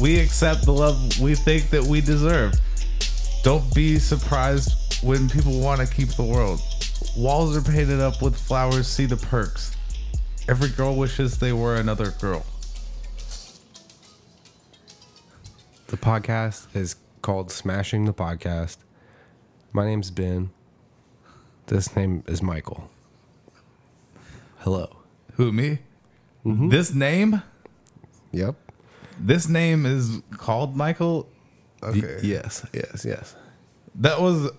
We accept the love we think that we deserve. Don't be surprised when people want to keep the world. Walls are painted up with flowers, see the perks. Every girl wishes they were another girl. The podcast is called Smashing the Podcast. My name's Ben. This name is Michael. Hello. Who, me? This name? Yep. This name is called Michael. Okay. yes, yes, yes. That was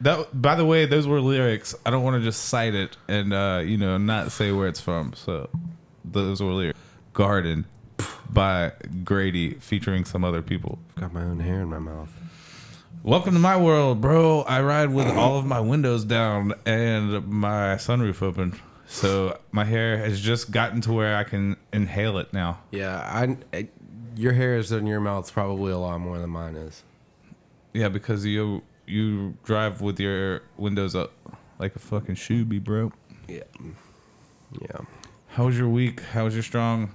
that. By the way, those were lyrics. I don't want to just cite it and uh, you know not say where it's from. So those were lyrics. Garden by Grady featuring some other people. Got my own hair in my mouth. Welcome to my world, bro. I ride with all of my windows down and my sunroof open. So my hair has just gotten to where I can inhale it now. Yeah, I, I- your hair is in your mouth probably a lot more than mine is. Yeah, because you you drive with your windows up like a fucking shoebie, bro. Yeah. Yeah. How was your week? How was your strong?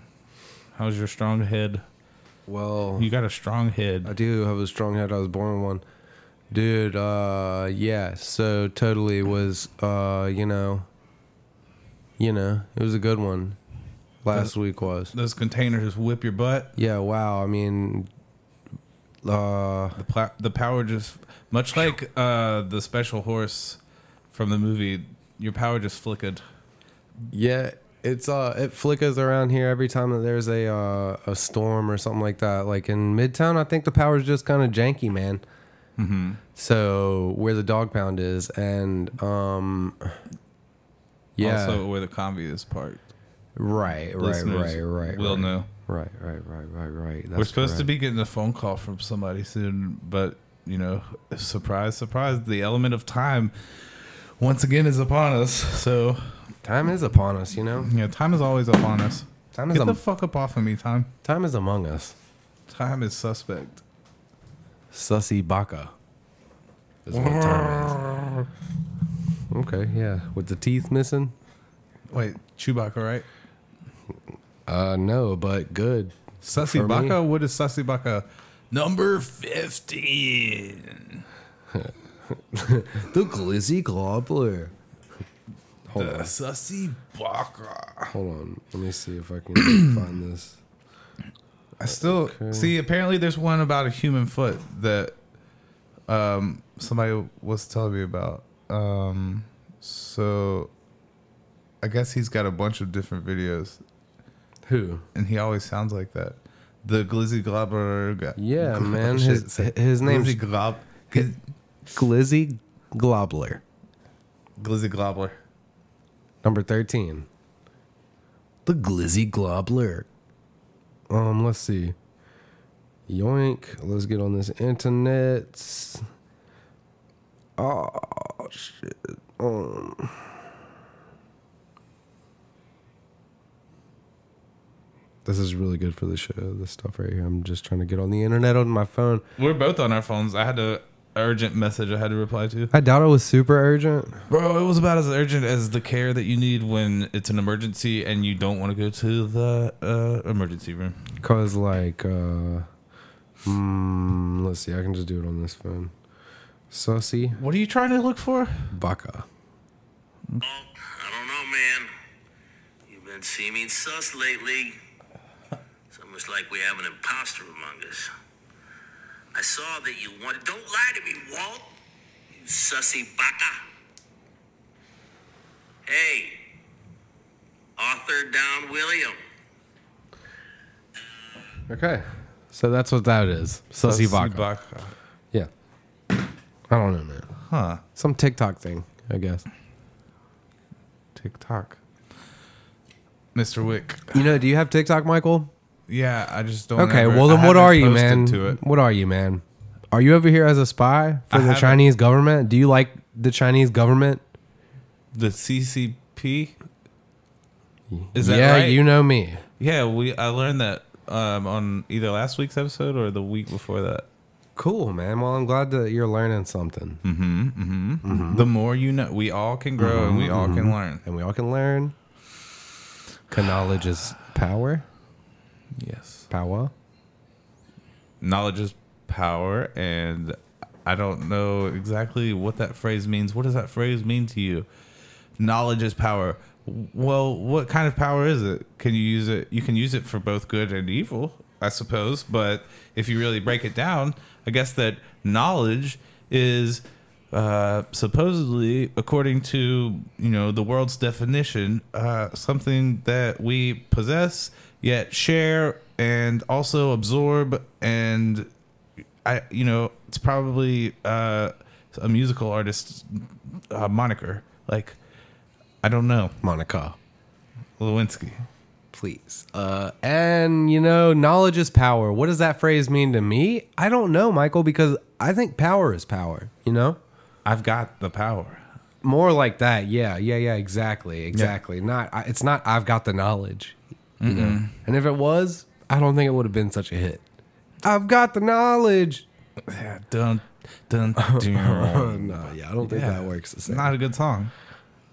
How was your strong head? Well, You got a strong I head. do have a strong head. I was born with one. Dude, uh yeah, so totally was uh, you know, you know, it was a good one. Last week was. Those containers whip your butt. Yeah, wow. I mean uh The pla- the power just much like uh, the special horse from the movie. Your power just flickered. yeah, it's uh it flickers around here every time that there's a uh a storm or something like that. Like in Midtown, I think the power's just kind of janky, man. Mm-hmm. So where the dog pound is and um yeah. Also, where the combi is parked. right, right, Listeners right, right. Will right. know. Right, right, right, right, right. We're supposed to be getting a phone call from somebody soon, but you know, surprise, surprise, the element of time once again is upon us. So be. Time is upon us, you know. yeah, time is always upon us. Time is Get the um, fuck up off of me, time. time is among us. Time is suspect. Sussy baka. Is what time is. Okay, yeah. With the teeth missing? Wait, Chewbacca, right? Uh, no, but good. Sussy For Baka? What is Sussy Baka? Number 15. The glizzy gobbler. Hold The on, Sussy Baka. hold on. Let me see if I can find this. I still see. Apparently, there's one about a human foot that um, somebody was telling me about. Um, so, I guess he's got a bunch of different videos, Who? and he always sounds like that. The Glizzy Globber guy. Yeah, man. Shit. His his name's Glizzy Glob. Glizzy Glizzy Globler. Globber. Number 13. The Glizzy Globler. Um, let's see. Yoink. Let's get on this internet. Oh, shit. Um. This is really good for the show, this stuff right here. I'm just trying to get on the internet on my phone. We're both on our phones. I had a urgent message I had to reply to. I doubt it was super urgent. Bro, it was about as urgent as the care that you need when it's an emergency and you don't want to go to the uh, emergency room. Cause like, uh, mm, let's see, I can just do it on this phone. Sussy What are you trying to look for? Baka. I don't know, man. You've been seeming sus lately. It's almost like we have an imposter among us. I saw that you wanted. Don't lie to me, Walt. You sussy baka. Hey, Arthur Down William. Okay, so that's what that is. Sussy Baka. Ibaka. Yeah. I don't know, man. Huh. Some TikTok thing, I guess. TikTok. Mr. Wick. You know? Do you have TikTok, Michael? Yeah, I just don't. Okay. ever- Well, then I what haven't are you, posted man? To it. What are you, man? Are you over here as a spy for I the haven't. Chinese government? Do you like the Chinese government? The CCP. Is that yeah, right? you know me. yeah, we. I learned that um, on either last week's episode or the week before that. Cool, man. Well, I'm glad that you're learning something, Mm-hmm. The more you know, we all can grow and we all can learn. and we all can learn. 'Cause Knowledge is power. Yes. Power. knowledge is power, and I don't know exactly what that phrase means. What does that phrase mean to you? Knowledge is power. Well, what kind of power is it? Can you use it? You can use it for both good and evil, I suppose. But if you really break it down, I guess that knowledge is uh, supposedly, according to you know the world's definition, uh, something that we possess yet share and also absorb. And I, you know, it's probably uh, a musical artist's uh, moniker. Like, I don't know, Monica, Lewinsky. please. Uh, and you know, knowledge is power. What does that phrase mean to me? I don't know, Michael, because I think power is power. You know, I've got the power. more like that. Yeah, yeah, yeah. Exactly, exactly. Not. I, it's not. I've got the knowledge. You know? And if it was, I don't think it would have been such a hit. I've got the knowledge. Yeah, dun dun. dun. no, yeah, I don't think Yeah. that works. The It's same. not a good song.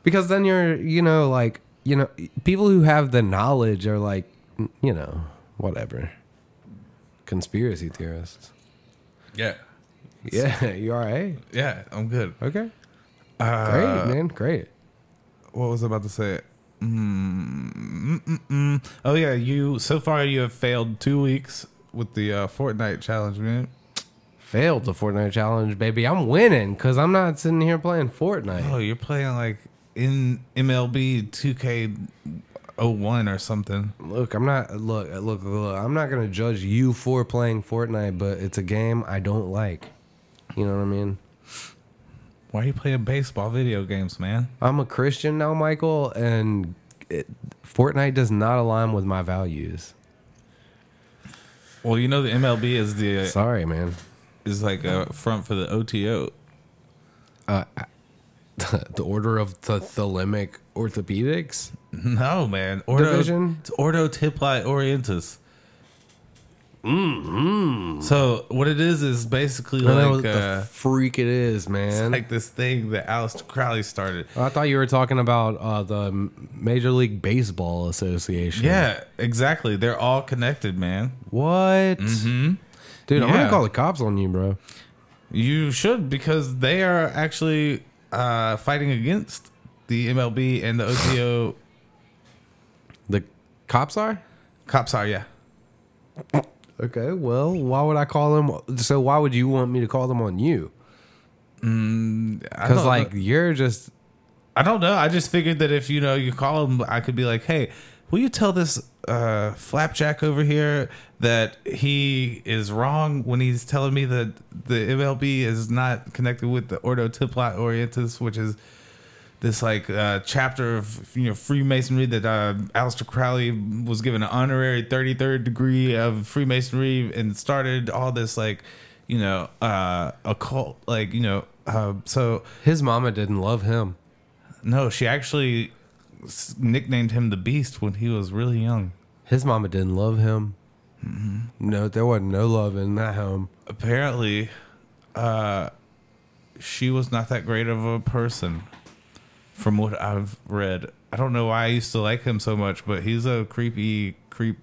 because then you're you know like you know people who have the knowledge are like you know whatever conspiracy theorists Yeah, yeah you all right yeah, I'm good. okay Uh, great man great what was I about to say? Mm, Mm-mm-mm. Oh yeah, you. So far, you have failed two weeks with the uh, Fortnite challenge, man. failed the fortnite challenge baby i'm winning because i'm not sitting here playing fortnite Oh, you're playing like in MLB 2K01 or something. look i'm not look look look i'm not gonna judge you for playing fortnite but it's a game i don't like you know what i mean Why are you playing baseball video games, man? I'm a Christian now, Michael, and it, Fortnite does not align with my values. Well, you know the MLB is the Sorry, man. is like a front for the OTO. the Order of the Thalamic Orthopedics. No, man. Ordo, Division? It's Ordo Tipli Orientis. mm So what it is is basically Mm-hmm. I know like what uh, the freak it is, man. Oh, like this thing that Alistair Crowley started. I thought you were talking about uh, the Major League Baseball Association. Yeah, exactly. They're all connected, man. What? Dude, Mm-hmm. I'm Yeah. gonna call the cops on you, bro. You should because they are actually uh, fighting against the MLB and the OTO. The cops are. Cops are yeah. Okay, well, why would I call them? So why would you want me to call them on you? I Because don't like know. you're just I don't know. I just figured that if you know you call them, I could be like, hey, will you tell this uh, flapjack over here that he is wrong when he's telling me that the MLB is not connected with the Ordo Tipli Orientis, which is this like uh, chapter of you know Freemasonry that uh, Aleister Crowley was given an honorary 33rd degree of Freemasonry and started all this like you know uh, occult like you know uh, so His mama didn't love him. no, she actually s- nicknamed him the Beast when he was really young. His mama didn't love him. Mm-hmm. No, there wasn't no love in that home. Apparently, uh, she was not that great of a person, from what I've read. I don't know why I used to like him so much, but he's a creepy creep.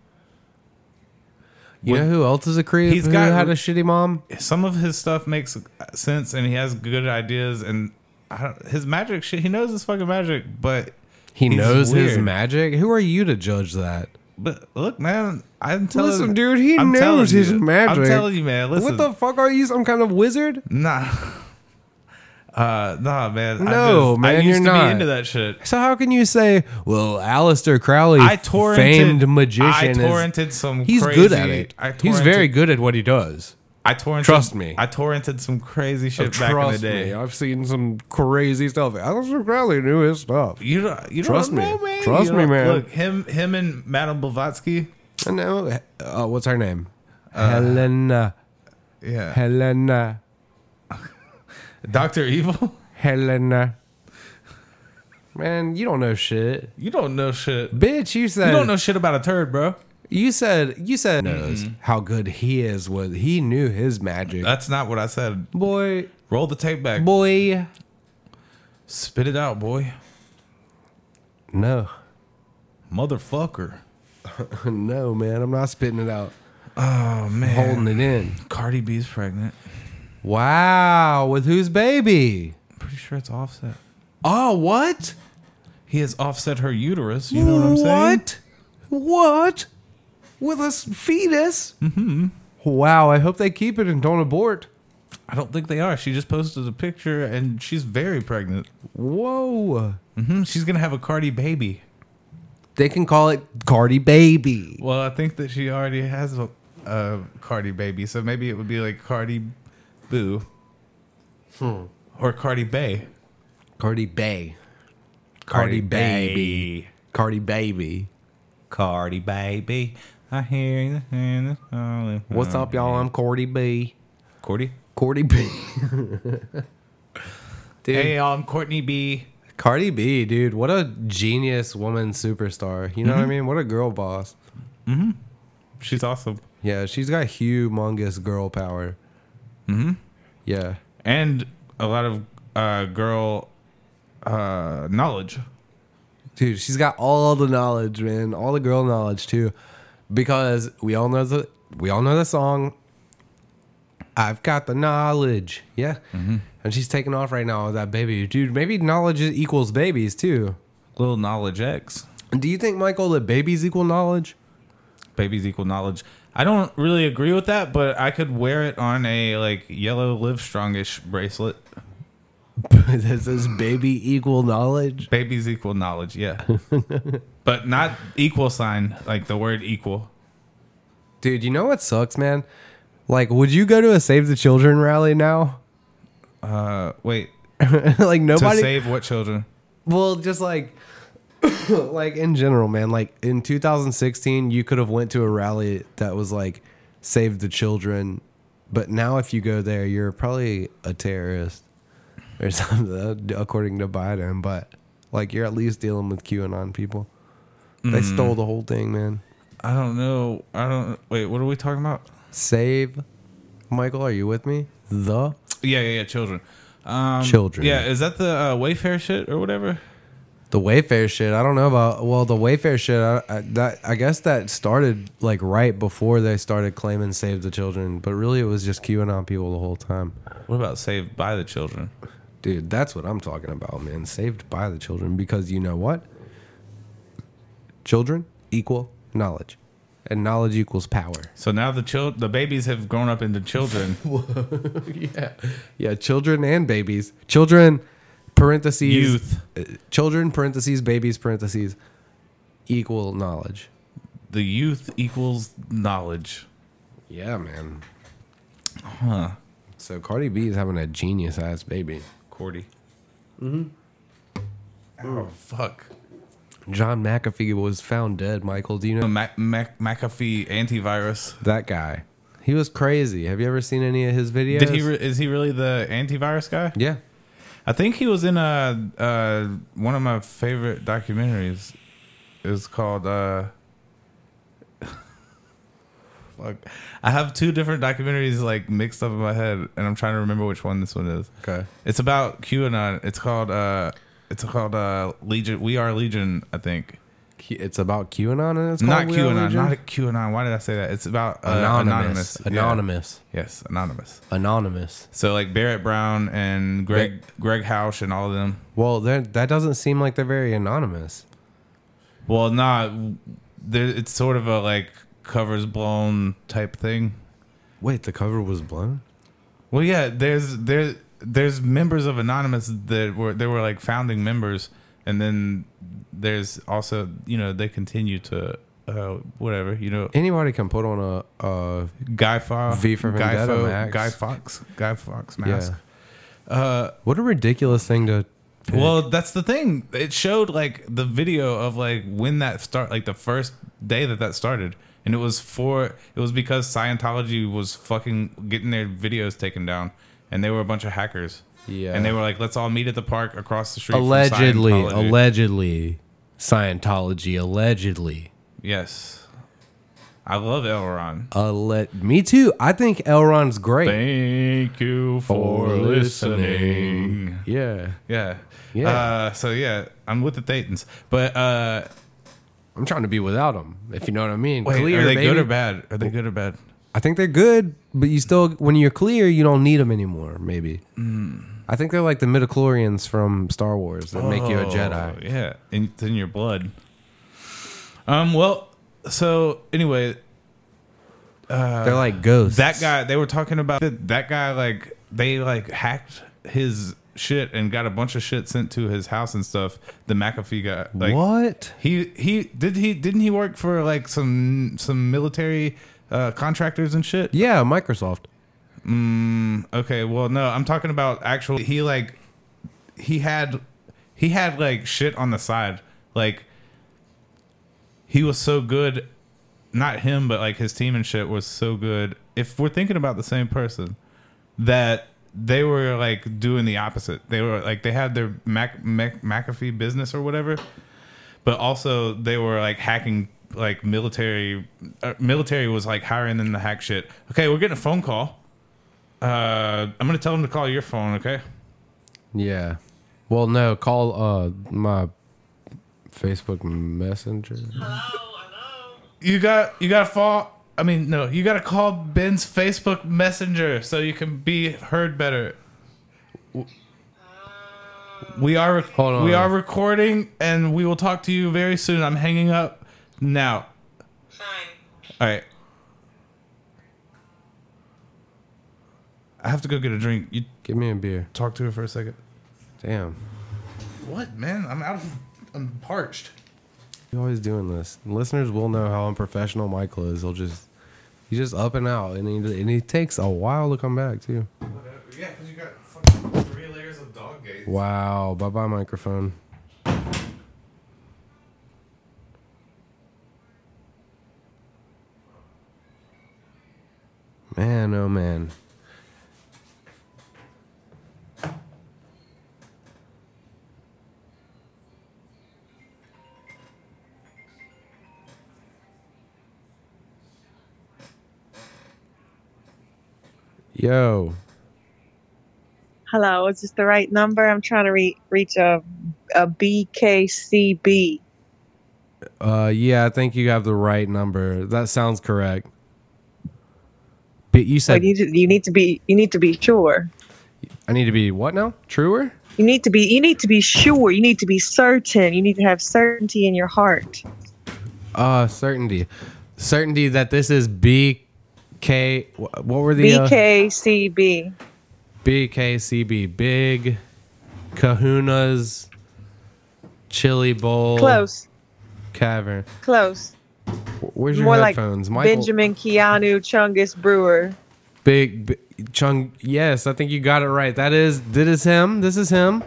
You When- know who else is a creep? He's who got- had a shitty mom. Some of his stuff makes uh, sense, and he has good ideas. And I don't, his magic shit, he knows his fucking magic, but He he's knows his weird. magic. Who are you to judge that? But look, man, I'm telling Listen, dude, he knows telling his you. magic. I'm telling you, man. Listen, What the fuck are you? Some kind of wizard? Nah. Uh, nah, man. No, I just, man, I used you're to not. be into that shit. So how can you say, well, Aleister Crowley, I torrented, famed magician, I is- torrented some. he's crazy, good at it. I torrented, He's very good at what he does. I torrented. Trust me. Oh, I torrented some crazy shit back in the Trust day. me, I've seen some crazy stuff. Aleister Crowley knew his stuff. You don't. You Trust don't me. know, man. Trust You me, don't- man. Look, him, him, and Madame Blavatsky. I know. Uh, what's her name? Uh, Helena. Yeah, Helena. Doctor Evil. Helena. Man, you don't know shit. You don't know shit. You Bitch, you said don't know shit about a turd, bro. you said you said knows Uh, how good he is was he knew his magic. That's not what I said. boy, Roll the tape back. boy. Spit it out, boy. No. Motherfucker. no, man, I'm not spitting it out. Oh man, holding it in. Cardi B's pregnant. Wow, with whose baby? I'm pretty sure it's Offset. Oh, what? He has offset her uterus. You know what I'm saying? What? What? With a s- fetus? Mm-hmm. Wow, I hope they keep it and don't abort. I don't think they are. She just posted a picture, and she's very pregnant. Whoa. hmm She's gonna have a Cardi baby. They can call it Cardi Baby. Well, I think that she already has a, a Cardi baby, so maybe it would be like Cardi Boo Hmm. or Cardi Bay. Cardi Bay. Cardi, Baby. Cardi Baby. Cardi baby. I hear you. hear you calling. What's up, y'all? I'm Cardi B. Cordy? Cardi B. dude, Hey, y'all, I'm Courtney B. Cardi B, dude, what a genius woman superstar. You know what I mean? What a girl boss. She's awesome. Yeah, she's got humongous girl power. Mm-hmm. Yeah. And a lot of uh, girl uh, knowledge. Dude, she's got all the knowledge, man. All the girl knowledge too. Because we all know the we all know the song. I've got the knowledge. Yeah. And she's taking off right now with that baby. Dude, maybe knowledge equals babies too. Little knowledge X. Do you think, Michael, that babies equal knowledge? Babies equal knowledge. I don't really agree with that, but I could wear it on a like yellow live strongish bracelet. that says baby equal knowledge. Babies equal knowledge, yeah. but not equal sign, like the word equal. Dude, you know what sucks, man? Like, would you go to a Save the Children rally now? Uh, wait, like nobody to save what children? well just like like in general man like in 2016 you could have went to a rally that was like save the children but now if you go there you're probably a terrorist or something according to biden but like you're at least dealing with qanon people they stole the whole thing man I don't know. I don't. Wait, what are we talking about? save michael are you with me the Yeah, yeah, yeah. Children. Um, Children. Yeah, is that the uh, Wayfair shit or whatever? The Wayfair shit, I don't know about. Well, the Wayfair shit, I, I, that I guess that started like right before they started claiming save the children, but really it was just QAnon people the whole time. What about Saved by the Children? Dude, that's what I'm talking about, man. Saved by the children because you know what? Children equal knowledge, and knowledge equals power. So now the child, the babies have grown up into children. yeah, yeah. Children and babies, children, parentheses, Youth. uh, children, parentheses, babies, parentheses, equal knowledge. the youth equals knowledge. Yeah, man. Huh. So Cardi B is having a genius ass baby. Cordy. Mm-hmm. Oh fuck. John McAfee was found dead, Michael. Do you know Mac, Mac, McAfee antivirus. that guy? He was crazy. Have you ever seen any of his videos? Did he? Re- is he really the antivirus guy? yeah. I think he was in a uh, one of my favorite documentaries. It was called. Uh, fuck, I have two different documentaries like mixed up in my head, and I'm trying to remember which one this one is. Okay. It's about QAnon. It's called. Uh, it's called uh, Legion. We are Legion. I think. Q- It's about QAnon and it's Not called We Are QAnon. Legion? Not QAnon. Why did I say that? It's about uh, anonymous. anonymous. Anonymous. Yeah. Yes, Anonymous. anonymous. So like Barrett Brown and Greg Greg Housh and all of them. Well, they're- that doesn't seem like they're very anonymous. Well, not. Nah, there- it's sort of a like covers blown type thing. Wait, the cover was blown. Well, yeah. There's there there's members of Anonymous that were they were like founding members, and then there's also you know they continue to uh, whatever you know Anybody can put on a. Uh, Guy Fox V for Guy, Vendetta Fo- mask. Guy Fox Guy Fox mask. yeah. Uh, what a ridiculous thing to. pick. Well, that's the thing. It showed like the video of like when that start, like the first day that that started, and it was for it was because Scientology was fucking getting their videos taken down, and they were a bunch of hackers. Yeah. and they were like, "Let's all meet at the park across the street." from allegedly, Scientology." allegedly, Scientology, allegedly, yes. I love Elron. alle- Me too. I think Elron's great. Thank you for listening. Yeah, Yeah. Yeah. Uh, so yeah, I'm with the Thetans, but uh, I'm trying to be without them, if you know what I mean. Wait, clear, are they baby. good or bad? Are they good or bad? I think they're good, but you still, when you're clear, you don't need them anymore. Maybe. Hmm. I think they're like the midichlorians from Star Wars that make you a Oh, Jedi. Yeah, and it's in your blood. Um. Well, so anyway, They're like ghosts. Uh, that guy they were talking about that, that guy like they like hacked his shit and got a bunch of shit sent to his house and stuff. The McAfee guy. Like, what? He he did he didn't he work for like some some military uh, contractors and shit. Yeah, Microsoft. Okay, well, no, I'm talking about actual. He like, he had, he had like shit on the side. Like, he was so good. Not him, but like his team and shit was so good. If we're thinking about the same person, that they were like doing the opposite. They were like they had their Mac, Mac McAfee business or whatever, but also they were like hacking like military. Uh, military was like hiring them to hack shit. Okay, we're getting a phone call. Uh, I'm gonna tell him to call your phone, okay? Yeah. Well, no, call uh my Facebook Messenger. You got you got to fall. I mean, no, you got to call Ben's Facebook Messenger so you can be heard better. W- We are Hold on. we are recording, and we will talk to you very soon. I'm hanging up now. Fine. All right. I have to go get a drink. You Give me a beer. talk to her for a second. Damn. What, man? I'm out. Of, I'm parched. You always doing this. Listeners will know how unprofessional Michael is. He'll just he's just up and out, and he and he takes a while to come back too. Whatever. Yeah, because you got fucking three layers of dog gates. Wow. Bye bye microphone. Man, oh man. Yo. Hello, is this the right number? I'm trying to re- reach a, a BKCB. Uh, yeah, I think you have the right number. That sounds correct. But you Like said you, ju- you need to be you need to be sure. I need to be what now? Truer? You need to be you need to be sure. You need to be certain. You need to have certainty in your heart. Uh, certainty, certainty that this is B K. wh- What were the Uh, BKCB. B K C B big Kahuna's chili bowl Close, cavern. close. Wh- Where's your More like headphones, Michael? Benjamin Keanu Chungus Brewer. Big, big Chung. Yes, I think you got it right. That is, this is him. This is him.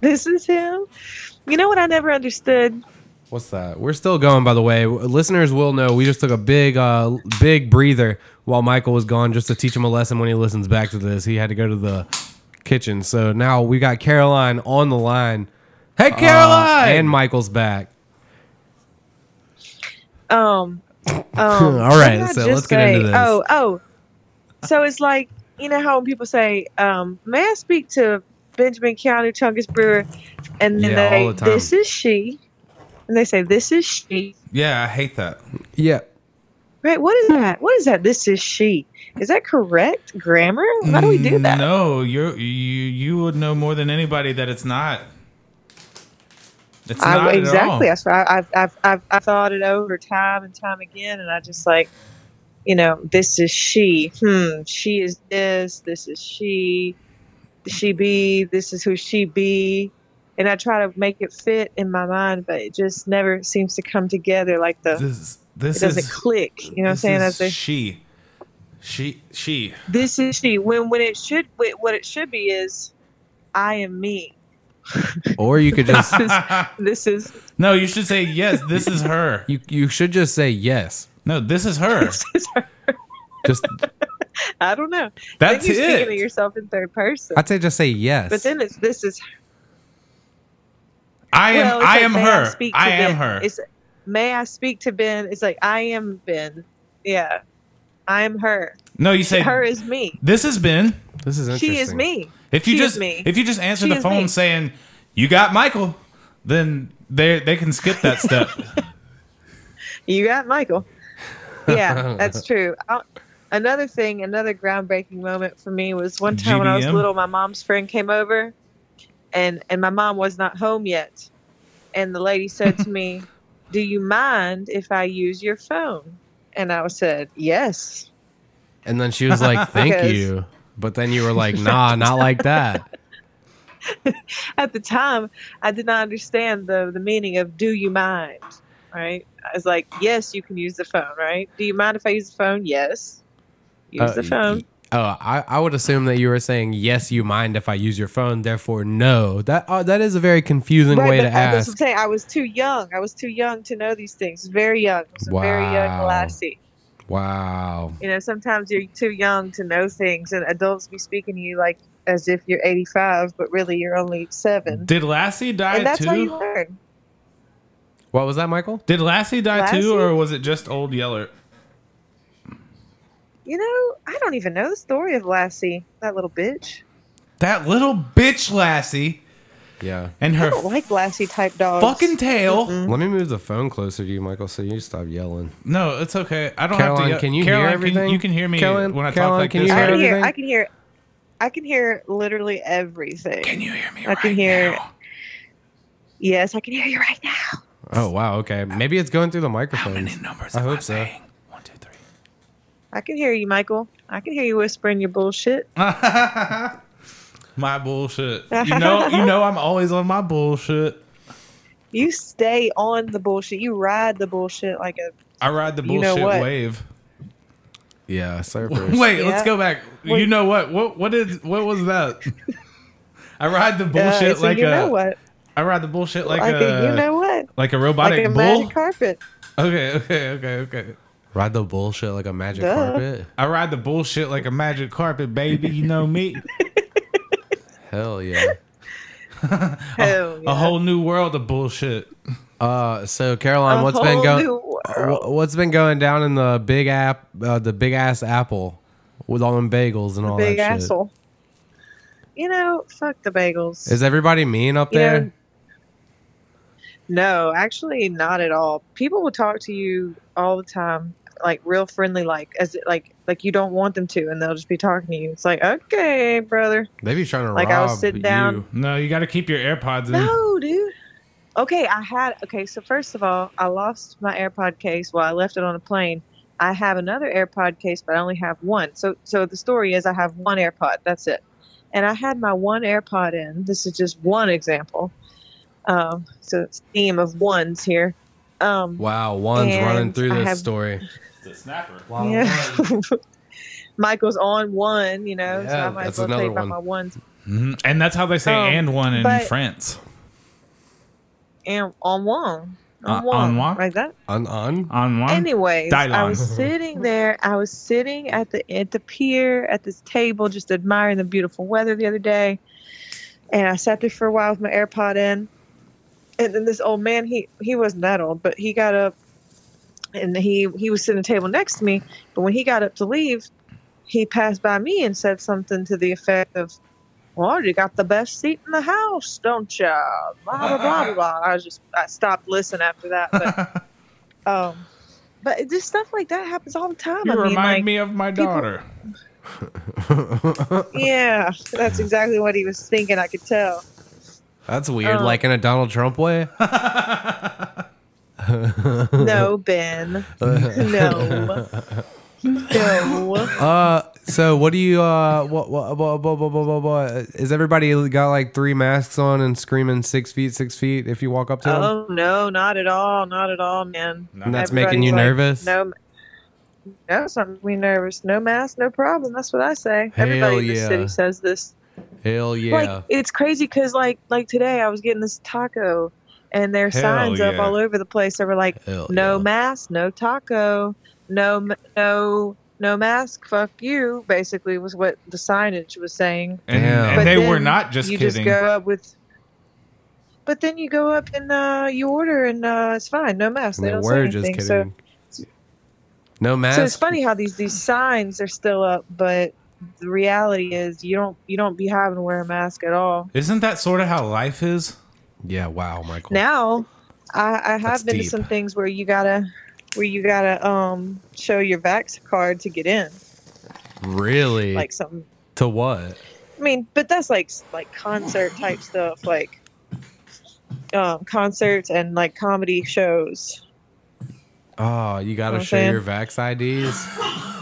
This is him. You know what I never understood? What's that? We're still going, by the way. Listeners will know we just took a big, uh, big breather while Michael was gone, just to teach him a lesson. When he listens back to this, he had to go to the kitchen. So now we got Caroline on the line. Uh, Hey, Caroline! and Michael's back. Um, um Uh, All right, what did I so just let's get into say? this. Oh, oh. So it's like you know how when people say, um, "May I speak to Benjamin Keanu Chungus Brewer?" and then Yeah, they, all the time. "This is she," and they say, "This is she." Yeah, I hate that. Yeah. Right? What is that? What is that? This is she. Is that correct grammar? How do we do that? No, you're, you you would know more than anybody that it's not. It's not I, at exactly. all. That's why I- I've, I've, I've, I've thought it over time and time again, and I just like, you know, this is she. Hmm. She is this. This is she. She be. This is who she be. And I try to make it fit in my mind, but it just never seems to come together. Like the This this it doesn't is click. You know what I'm this saying? is That's the, she, she, she. this is she. When when it should what it should be is, I am me. Or you could just This is this is No, you should say yes. This is her. you you should just say yes. No, this is her. this is her. Just I don't know. That's then you're speaking to it. yourself in third person. I'd say just say yes. But then it's this is I am. well, it's I like, am may her. speak to I am Ben. her. It's may I speak to Ben? It's like I am Ben. Yeah, I am her. No, you say her is me. this has been. this is interesting. She is me. If you She is just me. if you just answer She the is phone me. saying you got Michael, then They they can skip that step. You got Michael. Yeah, that's true. i another thing, another groundbreaking moment for me was one time when I was GDM? little, my mom's friend came over, and and my mom was not home yet, and the lady said to me, "Do you mind if I use your phone?" And I said, "Yes." And then she was like, "Thank Because- you," but then you were like, "Nah, not like that." At the time, I did not understand the the meaning of "Do you mind?" Right? I was like, "Yes, you can use the phone." Right? Do you mind if I use the phone? Yes. Use Uh, the phone. Oh, I, I would assume that you were saying yes. You mind if I use your phone? Therefore, no. That uh, that is a very confusing way but to I- that's what I'm ask. saying. I was too young. I was too young to know these things. Very young. I was a very young Wow. lassie. Wow. You know, sometimes you're too young to know things, and adults be speaking to you like as if you're 85, but really you're only seven. Did Lassie die and that's too? how you learn. What was that, Michael? Did Lassie die Lassie? too, or was it just Old Yeller? You know, I don't even know the story of Lassie, that little bitch. That little bitch Lassie Yeah. and I her don't like Lassie type dogs. fucking tail. Mm-hmm. Let me move the phone closer to you, Michael, so you stop yelling. No, it's okay. I don't have Caroline, to. yell- can you hear Caroline, everything? you can hear me Caroline- when I Caroline, talk like can this. you I right? can hear. everything? I can hear. I can hear literally everything. Can you hear me? I can right hear- now? Yes, I can hear you right now. Oh wow. Okay. Maybe it's going through the How microphone. many numbers? I am hope so. saying? One, two, three. I can hear you, Michael. I can hear you whispering your bullshit. My bullshit. You know, you know, I'm always on my bullshit. You stay on the bullshit. You ride the bullshit like a. I ride the You know bullshit what? wave. Yeah. Surfers. Wait, Yeah. let's go back. Wait. You know what? What what is what was that? I ride the Uh, bullshit so like you a. know what? I ride the bullshit like, Like, a, a, you know what? like a Like robotic a bull. magic carpet. Okay, okay, okay, okay. Ride the bullshit like a magic Duh. carpet. I ride the bullshit like a magic carpet, baby. You know me. Hell yeah. Hell yeah. A whole new world of bullshit. Uh, so Caroline, A what's been whole going? new world. wha- What's been going down in the big app, uh, the big ass apple, with all them bagels and all big that asshole. You know, fuck the bagels. shit? Is everybody mean up You know- there? no, actually, not at all. People will talk to you all the time, like real friendly, like as like like you don't want them to, and they'll just be talking to you. It's like, okay, brother. They be trying to Like, rob I was sitting down- you. No, you got to keep your AirPods in. No, dude. Okay, I had okay. So first of all, I lost my AirPod case while I left it on a plane. I have another AirPod case, but I only have one. So so the story is I have one AirPod. That's it. And I had my one AirPod in. This is just one example. Um, so it's theme of ones here. Um, Wow, one's running And through I this have- story. The snapper. yeah. Michael's on one, you know. so Yeah, I might that's as well tell you another one. about my ones Mhm. And that's how they say Um, and one in but- France. and on one, Uh, on on one, one? like that. On on. On one. Anyways, Dylon. I was sitting there. I was sitting at the at the pier at this table, just admiring the beautiful weather the other day. And I sat there for a while with my AirPod in. And then this old man, he he wasn't that old, but he got up and he he was sitting at the table next to me. But when he got up to leave, he passed by me and said something to the effect of, "Well, you got the best seat in the house, don't you?" Blah blah blah blah. blah. I was just I stopped listening after that, but. Um, but it- just stuff like that happens all the time. you I mean, remind like, me of my daughter. yeah, that's exactly what he was thinking. I could tell. That's Oh. weird. like in a Donald Trump way. No, Ben. no. No. Uh, so what do you uh what what what what what, what, what, what is everybody got like three masks on and screaming six feet six feet if you walk up to them? Oh no, not at all, not at all, man. No. and that's making Everybody's you like, nervous. No, ma- no, something we nervous. No mask, no problem. That's what I say. Hell Everybody in this yeah. city says this. Hell yeah. Like it's crazy because like like today I was getting this taco, and there are Hell signs up yeah. all over the place that were like, Hell no yeah. mask, no taco, no m- no no mask, fuck you. Basically, was what the signage was saying. And, Damn. and But they were then not just you kidding. just go up with. But then you go up and uh, you order and uh, it's fine, no mask. And They they don't were say just anything. kidding. So no mask. so it's funny how these these signs are still up, but the reality is you don't you don't be having to wear a mask at all. Isn't that sort of how life is? Yeah. Wow, Michael. Now I, I have That's been deep. to some things where you gotta where you gotta um show your vax card to get in, Really? like some. to what? I mean, but that's like like concert type stuff, like um concerts and like comedy shows. Oh, you got to I'm show saying. your vax IDs.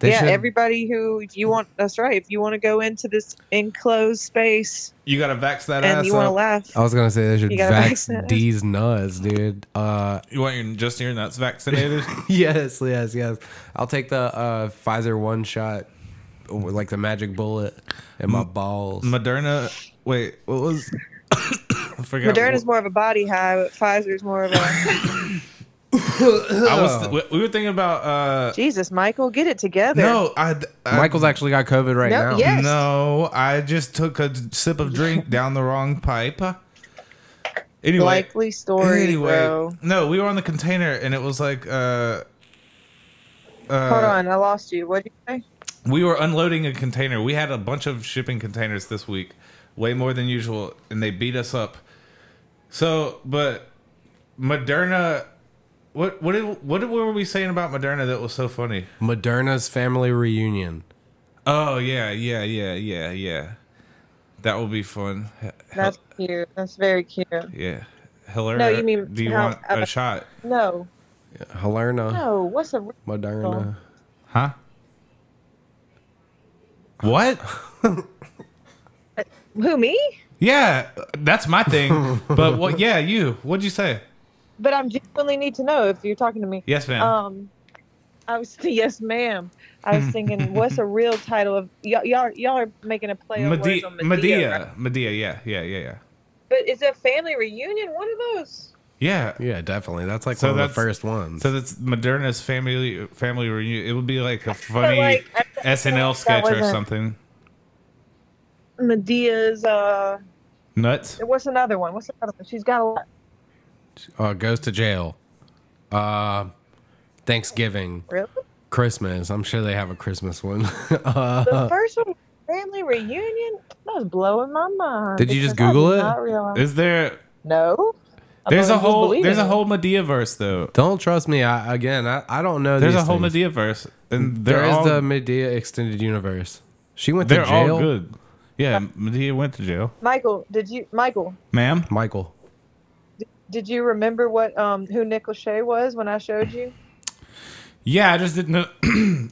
They yeah, should- everybody who if you want. That's right. If you want to go into this enclosed space You gotta vax that and ass you want to up. laugh, I was gonna say they should You gotta vax vax that. these nuts, dude. Uh, you want your just your nuts vaccinated? yes, yes, yes. I'll take the uh, Pfizer one shot, with, like the magic bullet, and my balls. Moderna. Wait, what was? I forgot. Moderna's more of a body high, but Pfizer's more of a I was. we- we were thinking about. uh Jesus, Michael, get it together. No, I. I Michael's actually got COVID right now. No, yeah. Yes. No, I just took a sip of drink down the wrong pipe. Anyway, likely story, anyway, bro. no, we were on the container and it was like, uh, uh, Hold on, I lost you. What did you say? we were unloading a container. We had a bunch of shipping containers this week, way more than usual, and they beat us up. So, but Moderna, what what did, what were we saying about Moderna that was so funny? Moderna's family reunion. Oh yeah, yeah, yeah, yeah, yeah. That will be fun. H- That's cute. That's very cute. Yeah. Hilaire, No, you mean do you how- want a uh, shot? No, Uh, Hilerna. no. What's a Moderna. Huh? What? who me? Yeah, that's my thing. but what? Yeah, you. What'd you say? But I'm genuinely need to know if you're talking to me. Yes, ma'am. Um, I was yes, ma'am. I Hmm. was thinking, what's a real title of y'all? Y'all, y'all are making a play on Medea, words on Medea, right? Medea, Medea. Yeah, yeah, yeah, yeah. But is a family reunion one of those? Yeah. Yeah, definitely. That's like So one of that's- the first ones. So that's Moderna's family family reunion. It would be like a funny like, I thought SNL that sketch or wasn't- something. Eh. Medea's. Uh, Nuts. what's another one? What's another one? She's got a lot. uh, goes to jail. Uh, Thanksgiving, Really? Christmas. I'm sure they have a Christmas one. The uh, first one, family reunion. That was blowing my mind. Did you just because I Google did it? not realize- Is there? No. I There's thought I a was whole. There's believing a it. whole Medea verse though. don't trust me. I, again, I, I don't know. There's these a whole things. Medea verse, and There they're is all- the Medea extended universe. She went to They're jail. all good. Yeah, Medea went to jail. Michael, did you Michael, Ma'am? Michael. did you remember what um who Nick Lachey was when I showed you? Yeah, I just didn't know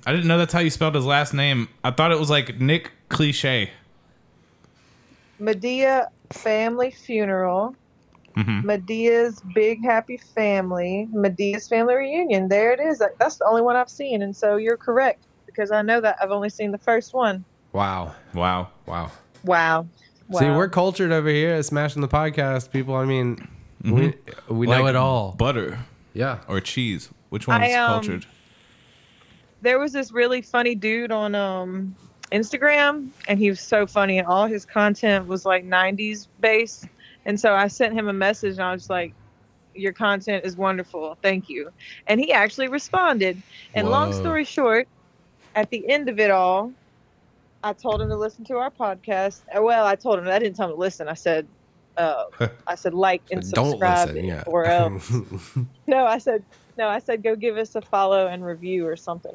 I didn't know that's how you spelled his last name. I thought it was like Nick Cliche. Medea family funeral. Mm-hmm. Medea's big happy family. Medea's family reunion. There it is. That- That's the only one I've seen, and so you're correct because I know that I've only seen the first one. Wow. Wow. Wow. Wow. wow. See, we're cultured over here at Smashing the Podcast, people. I mean, we, we know Mm-hmm. Like it all. Butter yeah. or cheese. Which one's I, um, cultured? there was this really funny dude on um Instagram and he was so funny and all his content was like 90s based and so I sent him a message and I was like your content is wonderful thank you and he actually responded and long Whoa. story short at the end of it all I told him to listen to our podcast Uh, well I told him I didn't tell him to listen I said uh, I said like and Don't subscribe um, listen. Yeah. or else no, I said no, I said go give us a follow and review or something.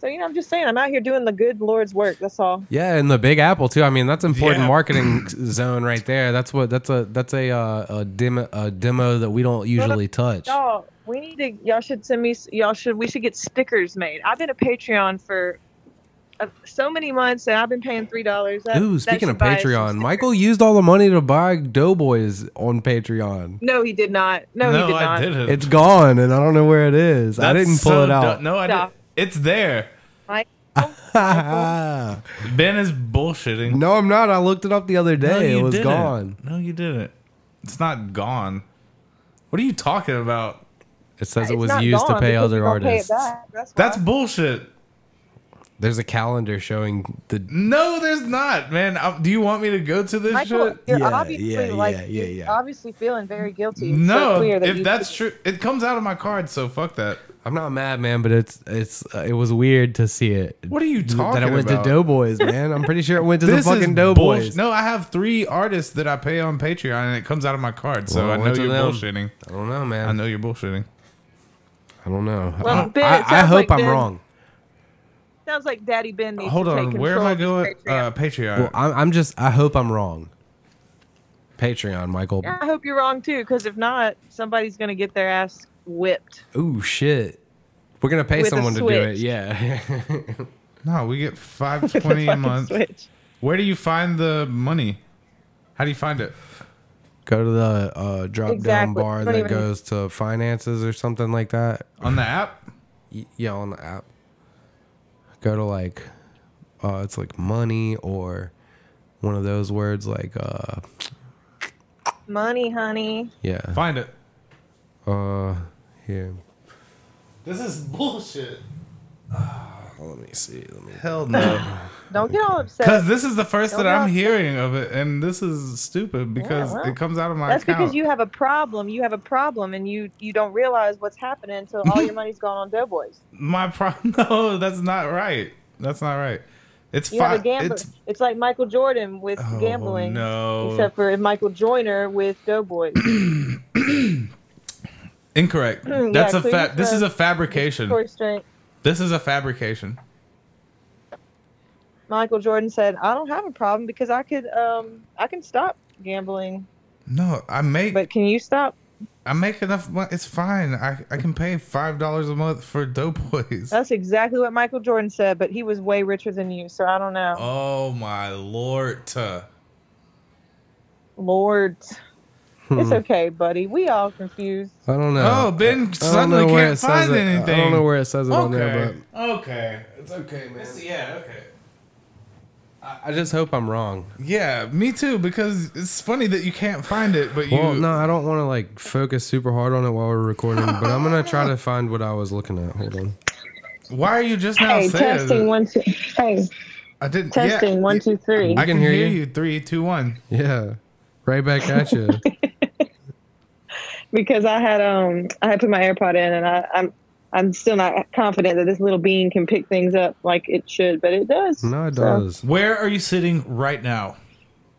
So you know, I'm just saying I'm out here doing the good Lord's work. That's all. Yeah, and the Big Apple too. I mean, that's important Yeah. marketing zone right there. That's what that's a that's a uh, a demo a demo that we don't usually touch. Y'all, we need to. Y'all should send me. Y'all should. We should get stickers made. I've been a Patreon for uh, so many months, and I've been paying three dollars. Ooh, speaking of Patreon, Michael used all the money to buy Doughboys on Patreon. No, he did not. No, he did not. I didn't. It's gone, and I don't know where it is. I That's didn't pull so it out. du- no, I Stop. didn't. It's there. Michael, Ben is bullshitting. no, I'm not. I looked it up the other No, day. you it was didn't. gone. No, you didn't. It's not gone. What are you talking about? It says it it's was not used to gone pay because other you don't pay artists. it back. That's, That's why. bullshit. There's a calendar showing the. No, there's not, man. I, do you want me to go to this Michael, shit? you're Yeah, obviously yeah, like yeah, yeah, yeah. obviously feeling very guilty. It's so No, clear that if you- that's true, it comes out of my card, so fuck that. I'm not mad, man, but it's it's uh, it was weird to see it. What are you That I talking went about? to Doughboys, man. I'm pretty sure it went to the This is fucking bullsh- Doughboys. No, I have three artists that I pay on Patreon, and it comes out of my card. So Well, I know went to you're them. bullshitting. I don't know, man. I know you're bullshitting. I don't know. Well, I- Ben, it I, I sounds hope like I'm Ben- wrong. Sounds like Daddy Ben needs Hold to on, take where am I control of going? his Patreon. Uh, Patreon. Well, I'm, I'm just. I hope I'm wrong. Patreon, Michael. Yeah, I hope you're wrong too, because if not, somebody's gonna get their ass whipped. Ooh, shit. We're gonna pay With a someone to do it. switch. Yeah. no, we get five twenty a Fucking month. switch. Where do you find the money? How do you find it? Go to the uh, drop down Exactly. bar Don't that even- goes to finances or something like that. On the app? Y- Yeah, on the app. Go to like, uh, it's like money or one of those words like, uh, Money, honey. yeah. Find it. Uh, here. This is bullshit. Oh, let me see. Let me. Hell no. Don't get all Because upset. this is the first that Uh, Don't I'm know. hearing of it, and this is stupid because well, it comes out of my That's account. because you have a problem. You have a problem, and you you don't realize what's happening until all your money's gone on Doughboys. my problem. No, that's not right. That's not right. It's You have fine. a gambler. It's It's, like Michael Jordan with Oh, gambling, no. except for Michael Joyner with Doughboys. incorrect. Yeah, That's a clear fa- this the- is a fabrication. Short straight. This is a fabrication. Michael Jordan said, "I don't have a problem because I could um I can stop gambling, No, I make but can you stop? I make enough money. It's fine. I, I can pay five dollars a month for Doughboys. That's exactly what Michael Jordan said, but he was way richer than you, so I don't know. Oh my lord! tuh. Lord, it's Hmm. okay, buddy. We all confused. I don't know. Oh, Ben I don't suddenly know where can't it says find it. anything. I don't know where it says it on there, Okay. but Okay. It's okay, man. yeah. Okay. I- I just hope I'm wrong. Yeah, me too. Because it's funny that you can't find it, but you. Well, no, I don't want to like focus super hard on it while we're recording, but I'm gonna try to find what I was looking at. Hold on. Why are you just now hey, saying? testing it? one two. Hey, I didn't. testing yeah, one two three. I can can hear hear you. you. Three, two, one. Yeah, right back at you. because I had um I had put my AirPod in, and I, I'm I'm still not confident that this little bean can pick things up like it should, but it does. No, it So, does. Where are you sitting right now?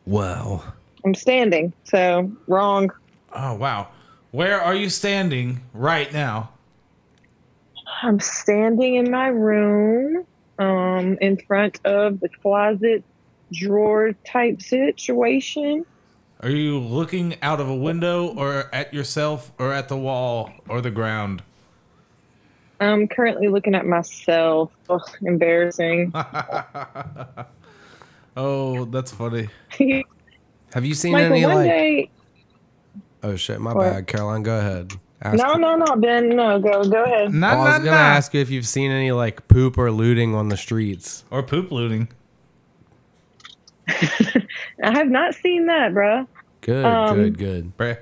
Wow. I'm standing, so wrong. Oh wow. Where are you standing right now? I'm standing in my room, um, in front of the closet drawer type situation. Are you looking out of a window or at yourself or at the wall or the ground? I'm currently looking at myself. Ugh, embarrassing. Oh, that's funny. Have you seen Michael, any one like? day. Oh shit, my What? bad. Caroline, go ahead. Ask No, no, no, Ben. No, go, go ahead. Nah, I was nah, gonna nah. ask you if you've seen any like poop or looting on the streets. Or poop looting. I have not seen that, bruh. Good, Um, good, good. Bruh.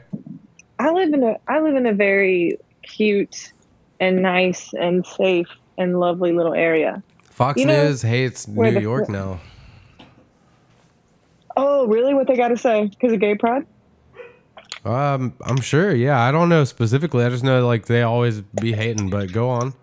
I live in a I live in a very cute and nice and safe and lovely little area. Fox you know News hates where New the- York now. Oh, really? What they got to say? Because of gay pride? Um, I'm sure. Yeah, I don't know specifically. I just know like they always be hating. But go on.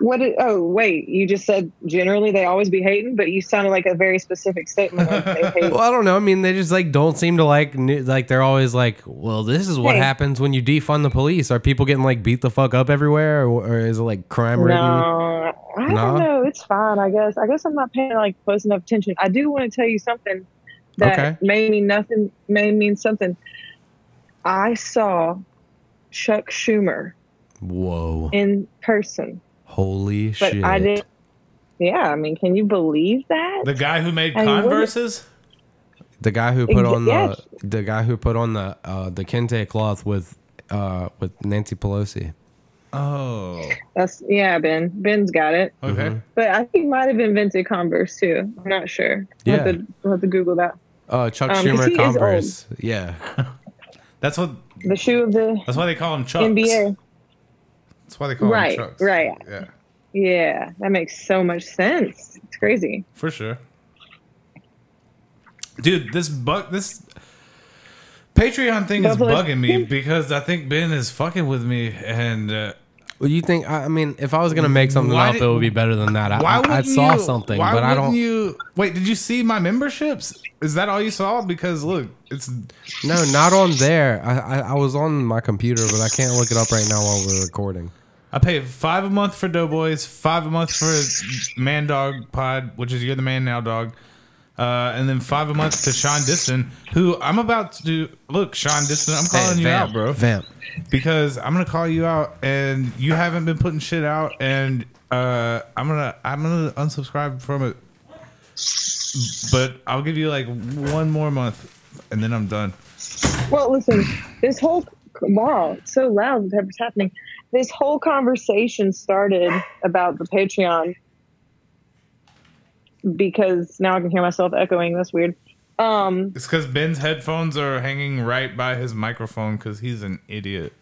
What? Did, oh, wait. You just said generally they always be hating, but you sounded like a very specific statement. Like they hate. Well, I don't know. I mean, they just like don't seem to like new- like they're always like, well, this is what Hey. happens when you defund the police. Are people getting like beat the fuck up everywhere, or, or is it like crime ridden? No, I No? don't know. It's fine, I guess. I guess I'm not paying like close enough attention. I do want to tell you something that Okay. may mean nothing, may mean something. I saw Chuck Schumer Whoa! in person. Holy but shit! I didn't. Yeah, I mean, can you believe that? The guy who made I mean, what- Converses? The guy who put on Yes. the the guy who put on the uh, the kente cloth with uh, with Nancy Pelosi. Oh. Okay. That's yeah, Ben. Ben's got it. Oh. Mm-hmm. But I think he might have invented Converse too. I'm not sure. I'll have Yeah. to, I'll have to Google that. Uh, Chuck Um, 'cause he Schumer is old. Converse. Yeah. That's what The shoe of the that's why they call him Chucks. NBA. That's why they call Right, him Chucks. right. Yeah. Yeah, that makes so much sense. It's crazy. For sure. Dude, this buck this Patreon thing is But, like- bugging me because I think Ben is fucking with me, and uh, Well, you think? I I mean, if I was gonna make something Why up, did- it would be better than that. I, why I, I wouldn't saw you- something, why but I don't. wouldn't You wait. Did you see my memberships? Is that all you saw? Because look, it's No, not on there. I, I I was on my computer, but I can't look it up right now while we're recording. I pay five a month for Doughboys, five a month for Man Dog Pod, which is You're the Man Now Dog, uh, and then five a month to Sean Diston, who I'm about to do. Look, Sean Diston, I'm calling you out, bro, Vamp. because I'm gonna call you out, and you haven't been putting shit out, and uh, I'm gonna I'm gonna unsubscribe from it. But I'll give you like one more month, and then I'm done. Well, listen, this whole wow, it's so loud, whatever's happening. This whole conversation started about the Patreon because now I can hear myself echoing. That's weird. Um, It's because Ben's headphones are hanging right by his microphone because he's an idiot.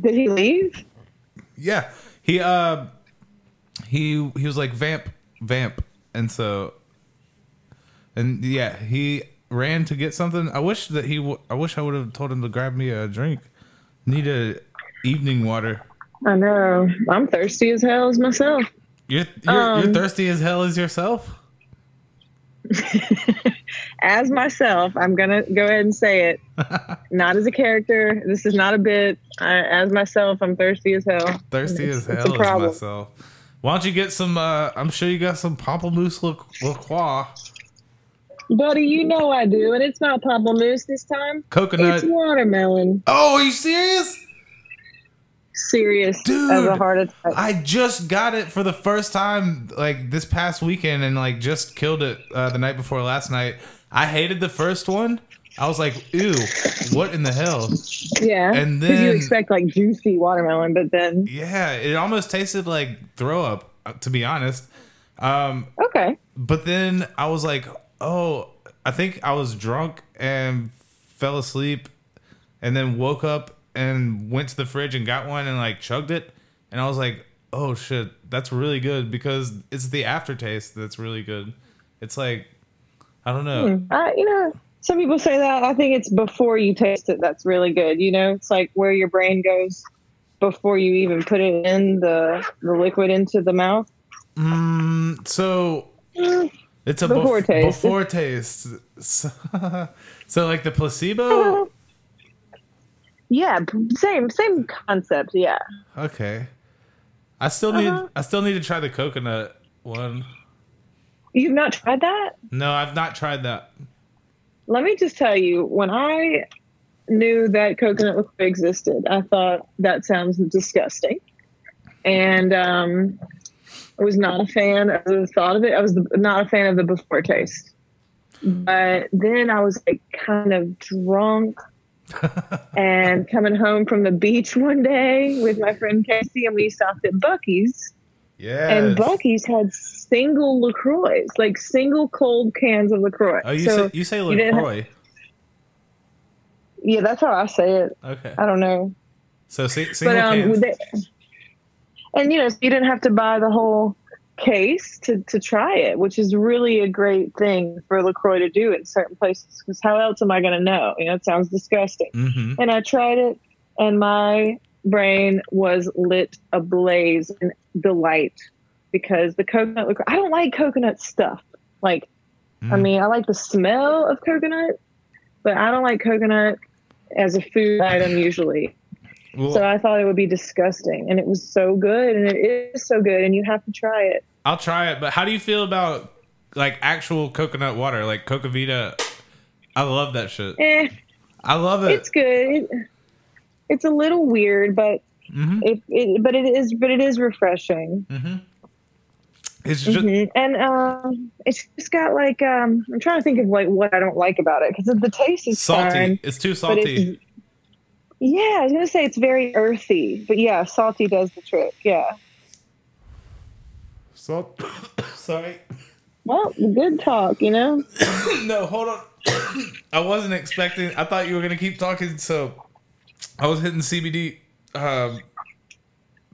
did he leave? Yeah. He uh he he was like vamp vamp and so and yeah, he ran to get something. I wish that he w- I wish I would have told him to grab me a drink. Need a evening water. I know. I'm thirsty as hell as myself. You're you're, you're Um. thirsty as hell as yourself. As myself, I'm gonna go ahead and say it. not as a character. This is not a bit. I, as myself, I'm thirsty as hell. Thirsty It's- as it's a hell as problem. myself. Why don't you get some uh I'm sure you got some pomplemousse La- La Croix Buddy, you know I do, and it's not pamplemousse this time. coconut. It's watermelon. Oh, are you serious? serious Dude, as a heart attack. I just got it for the first time like this past weekend and like just killed it uh, the night before last night. I hated the first one. I was like, ew, what in the hell? yeah. and Did you then- expect like juicy watermelon, but then Yeah, it almost tasted like throw up, uh, to be honest. Um, okay, but then I was like, oh, I think I was drunk and fell asleep and then woke up and went to the fridge and got one and like chugged it. And I was like, oh shit, that's really good because it's the aftertaste that's really good. It's like, I don't know. uh, you know, some people say that. I think it's before you taste it that's really good. You know, it's like where your brain goes before you even put it in the the liquid into the mouth. So it's a Before bef- taste. Before taste. So, so like the placebo. Yeah, p- same same concept. Yeah, Okay. I still need Uh-huh. I still need to try the coconut one. you've not tried that. No, I've not tried that. Let me just tell you, when I knew that coconut liqueur existed, I thought that sounds disgusting, and um, I was not a fan of the thought of it. I was the, not a fan of the before taste. But then I was like kind of drunk and coming home from the beach one day with my friend Casey, and we stopped at Bucky's. Yeah. And Bucky's had single LaCroix, like single cold cans of LaCroix. Oh, you So- say you say didn't have- Lacroix. Yeah, that's how I say it. Okay. I don't know. So si- single Uh, But um, cans. would they, and you know, so you didn't have to buy the whole case to, to try it, which is really a great thing for LaCroix to do in certain places. Because how else am I going to know? You know, it sounds disgusting. Mhm. And I tried it, and my brain was lit ablaze in delight because the coconut liqueur. I don't like coconut stuff. Like, I mean, I like the smell of coconut, but I don't like coconut as a food item usually. Well, So I thought it would be disgusting, and it was so good, and it is so good, and you have to try it. I'll try it. But how do you feel about like actual coconut water, like Coca Vita? I love that shit. Eh, I love it. it's good. It's a little weird, but Mhm. it, it but it is but it is refreshing. It's just Mhm. And um, it's just got like um, I'm trying to think of like what I don't like about it because the taste is salty. fine, It's too but salty. it's e-, yeah, I was gonna say it's very earthy, but yeah, salty does the trick. Yeah. Salt. Sorry. Well, good talk, you know. No, hold on. I wasn't expecting. I thought you were gonna keep talking, so I was hitting CBD. Um,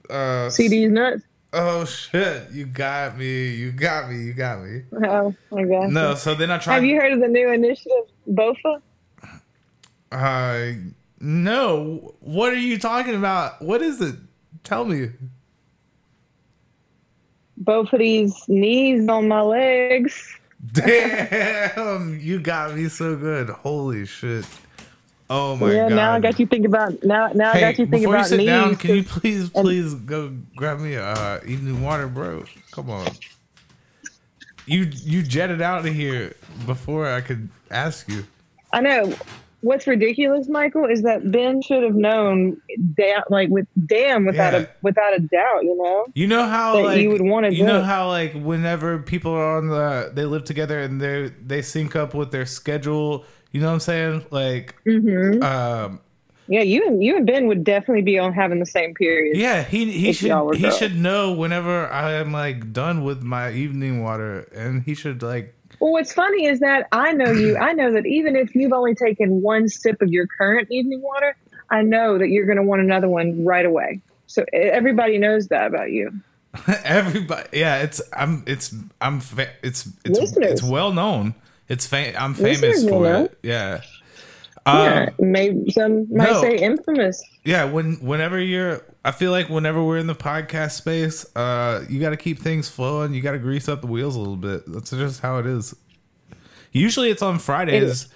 uh, CD's nuts. Oh shit! You got me. You got me. You got me. Oh my gosh. No, so then I tried. Have you heard of the new initiative, BOFA? Uh, no. What are you talking about? What is it? Tell me. Both of these knees on my legs. Damn, you got me so good. Holy shit. Oh my yeah, god. now I got you think about now. Now Hey, I got you think before you about sit knees. down, can you please, please go grab me a uh, evening water, bro? Come on. You you jetted out of here before I could ask you. I know. What's ridiculous, Michael, is that Ben should have known, da- like with damn, without Yeah. a without a doubt, you know. You know how That like you would wanna you know do. how like whenever people are on the they live together and they they sync up with their schedule. You know what I'm saying? Like, Mm-hmm. um, Yeah, you and you and Ben would definitely be on having the same period. Yeah, he he If y'all should were he girls. should know whenever I am like done with my evening water, and he should like Well, what's funny is that I know you. I know that even if you've only taken one sip of your current evening water, I know that you're going to want another one right away. So e- everybody knows that about you. everybody. Yeah, it's I'm it's I'm fa- it's it's Listeners. it's well known. It's fa- I'm famous Listeners will for know. it. Yeah. Um, yeah, maybe some might no. say infamous. yeah when whenever you're i feel like whenever we're in the podcast space uh you got to keep things flowing you got to grease up the wheels a little bit that's just how it is usually it's on fridays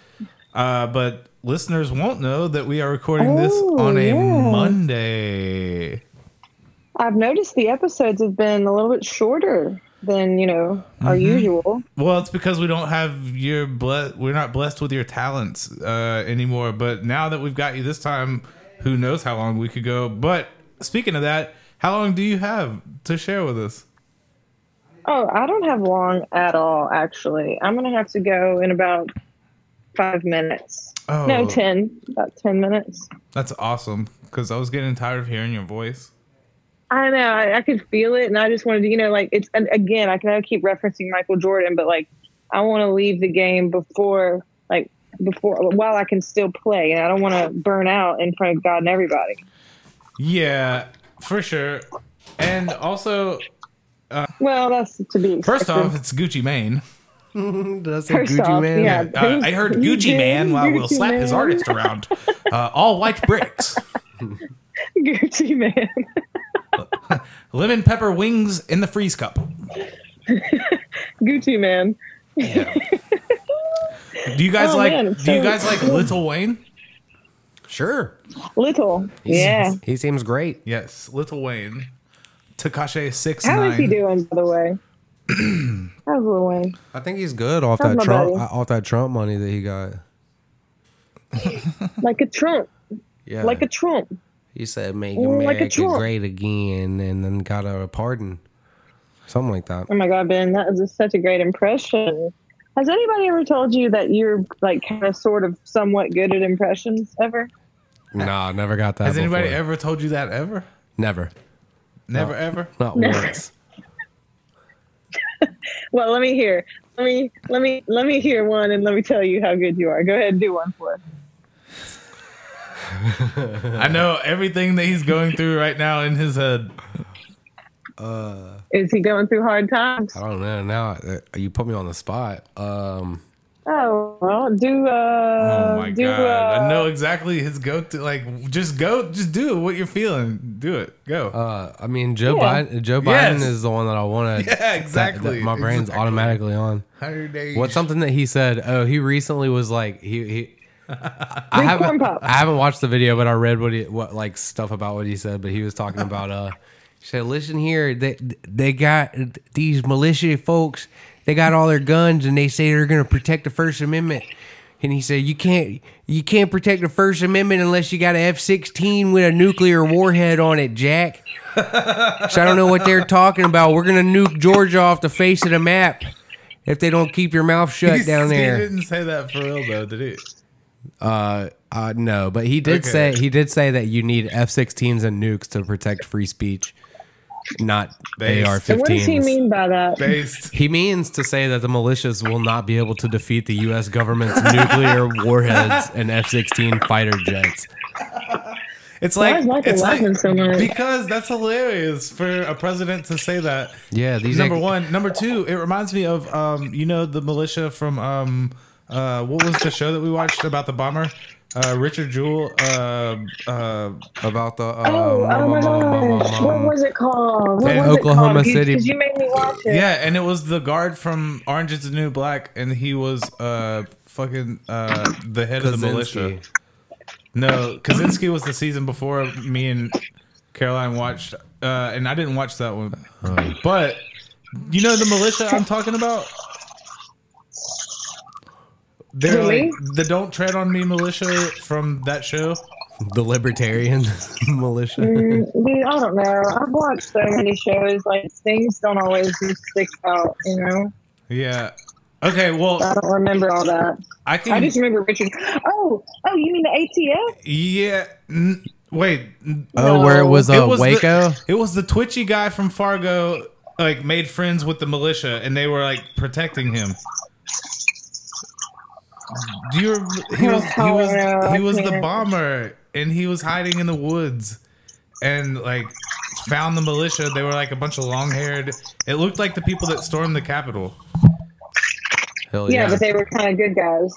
uh but listeners won't know that we are recording this Oh, on a yeah. monday I've noticed the episodes have been a little bit shorter than you know our Mm-hmm. usual. well it's because we don't have your ble- we're not blessed with your talents uh anymore but now that we've got you this time who knows how long we could go but speaking of that how long do you have to share with us Oh, I don't have long at all. Actually, I'm going to have to go in about five minutes. Oh. No, ten. About ten minutes. That's awesome because I was getting tired of hearing your voice. I know. I, I could feel it, and I just wanted to, you know, like it's and again. I can keep referencing Michael Jordan, but like I want to leave the game before, like before, while I can still play, and I don't want to burn out in front of God and everybody. Yeah, for sure. And also, Well, that's to be first expected. off, it's Gucci Mane. That's a First Gucci off, man. yeah. Uh, I heard Gucci Man while we'll Gucci slap his Man. artist around. Uh, all white bricks, Gucci man. lemon pepper wings in the freeze cup. Gucci man. Do you guys Oh, like? man, do it's you so- guys like Little Wayne? Sure. Little. Yeah. He seems great. Yes, Little Wayne. Takashi six How is nine. he doing, by the way? How's Lil Wayne? I think he's good off How's that my Trump buddy? uh, off that Trump money that he got. Like a Trump. Yeah. Like a Trump. he said make Ooh, like a America Trump. great again and then got a pardon. Something like that. Oh my God, Ben, that was just such a great impression. Has anybody ever told you that you're like kind of sort of somewhat good at impressions ever? Nah, never got that. Has anybody before. ever told you that ever? Never. Never ever. Not once. Well, let me hear. Let me let me let me hear one and let me tell you how good you are. Go ahead and do one for us. I know everything that he's going through right now in his head. Is he going through hard times? I don't know. Now uh, you put me on the spot. Um, Oh well, do uh Oh my do god! uh I know exactly his go to. Like, just go, just do what you're feeling. Do it. Go. uh, I mean, Joe Yeah. Biden. Joe Yes. Biden is the one that I want to. Yeah, exactly. my brain's Exactly. automatically on. Hundred days. What's something that he said? Oh, he recently was like he. he I corn haven't, pops. I haven't watched the video, but I read what he, what like stuff about what he said. But he was talking about uh, he said, "Listen here, they they got these militia folks. They got all their guns, and they say they're going to protect the First Amendment." And he said, "You can't you can't protect the First Amendment unless you got an F sixteen with a nuclear warhead on it, Jack." so I don't know what they're talking about. We're gonna nuke Georgia off the face of the map if they don't keep your mouth shut down He there. didn't say that for real though, did he? Uh, uh, no, but he did Okay. say he did say that you need F-16s and nukes to protect free speech, not Based. and what does he AR-15s. mean by that? Based. He means to say that the militias will not be able to defeat the U.S. government's nuclear warheads and F-16 fighter jets. It's Why like is Michael it's laughing like so much? because that's hilarious for a president to say that. Yeah, these Number one, number two. It reminds me of um, you know, the militia from um, uh, what was the show that we watched about the bomber? Uh, Richard Jewell uh, uh, about the. Uh, Oh, oh my um, gosh! What was it called? What Hey, was Oklahoma it called? You- City. 'cause You, made me watch it. Yeah, and it was the guard from Orange is the New Black, and he was uh fucking uh the head of the militia. Kaczynski. No, Kaczynski was the season before me and Caroline watched, uh, and I didn't watch that one. But you know the militia I'm talking about. They're Really? like the "Don't Tread on Me" militia from that show. the libertarian militia. Mm, dude, I don't know. I've watched so many shows. Like things don't always just stick out. You know, Yeah. Okay. I Well, don't remember all that. I can. I just remember Richard. Oh, oh, you mean the ATF? yeah. N- wait. n- oh, where it was, uh, It was the- Waco. It was the twitchy guy from Fargo, like made friends with the militia, and they were like protecting him. Do you? rem- He was he was he was the bomber, and he was hiding in the woods, and like found the militia. They were like a bunch of long haired. It looked like the people that stormed the Capitol. Hell Yeah, yeah! but they were kind of good guys.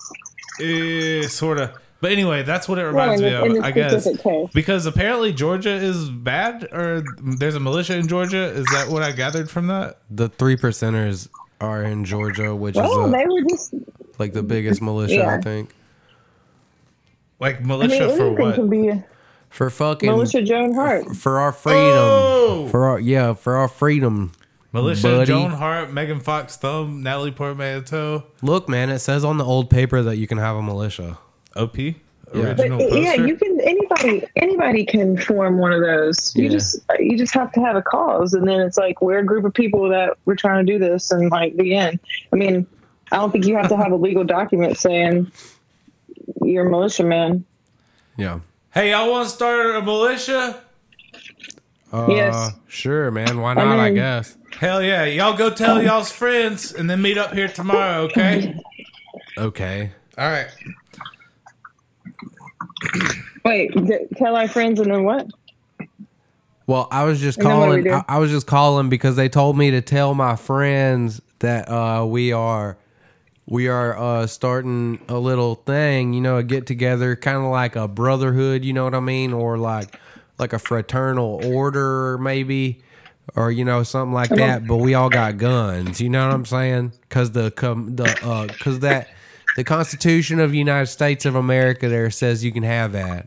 Eh, sort of. But anyway, that's what it Well, reminds in this, in me this of, I guess. specific case. Because apparently Georgia is bad, or there's a militia in Georgia. Is that what I gathered from that? The three percenters are in Georgia, which Well, is uh Oh, they were just. like the biggest militia, I Yeah. think. Like I mean, militia for anything what? can be a For fucking militia Joan Hart. for our freedom, Oh! for our yeah, for our freedom. militia buddy. Joan Hart, Megan Fox, Thumb, Natalie Portmanteau, Look, man, it says on the old paper that you can have a militia. OP, But eh, original poster. yeah, you can. Anybody, anybody can form one of those. You Yeah. just, you just have to have a cause, and then it's like we're a group of people that we're trying to do this, and like the end. I mean, I don't think you have to have a legal document saying you're a militia man. Yeah. hey, y'all want to start a militia? Uh, Yes. Sure, man. Why not? I, mean- guess. Hell yeah! Y'all go Oh. tell y'all's friends, and then meet up here tomorrow. Okay. Okay. All right. Wait, d- tell our friends, and then what? Well, I was just And then what do we calling. I, do? I was just calling because they told me to tell my friends that uh, we are we are uh, starting a little thing. You know, a get together, kind of like a brotherhood. You know what I mean, or like like a fraternal order, maybe, or you know something like that. But we all got guns. You know what I'm saying? Because the com- the because that. The Constitution of the United States of America there says you can have that.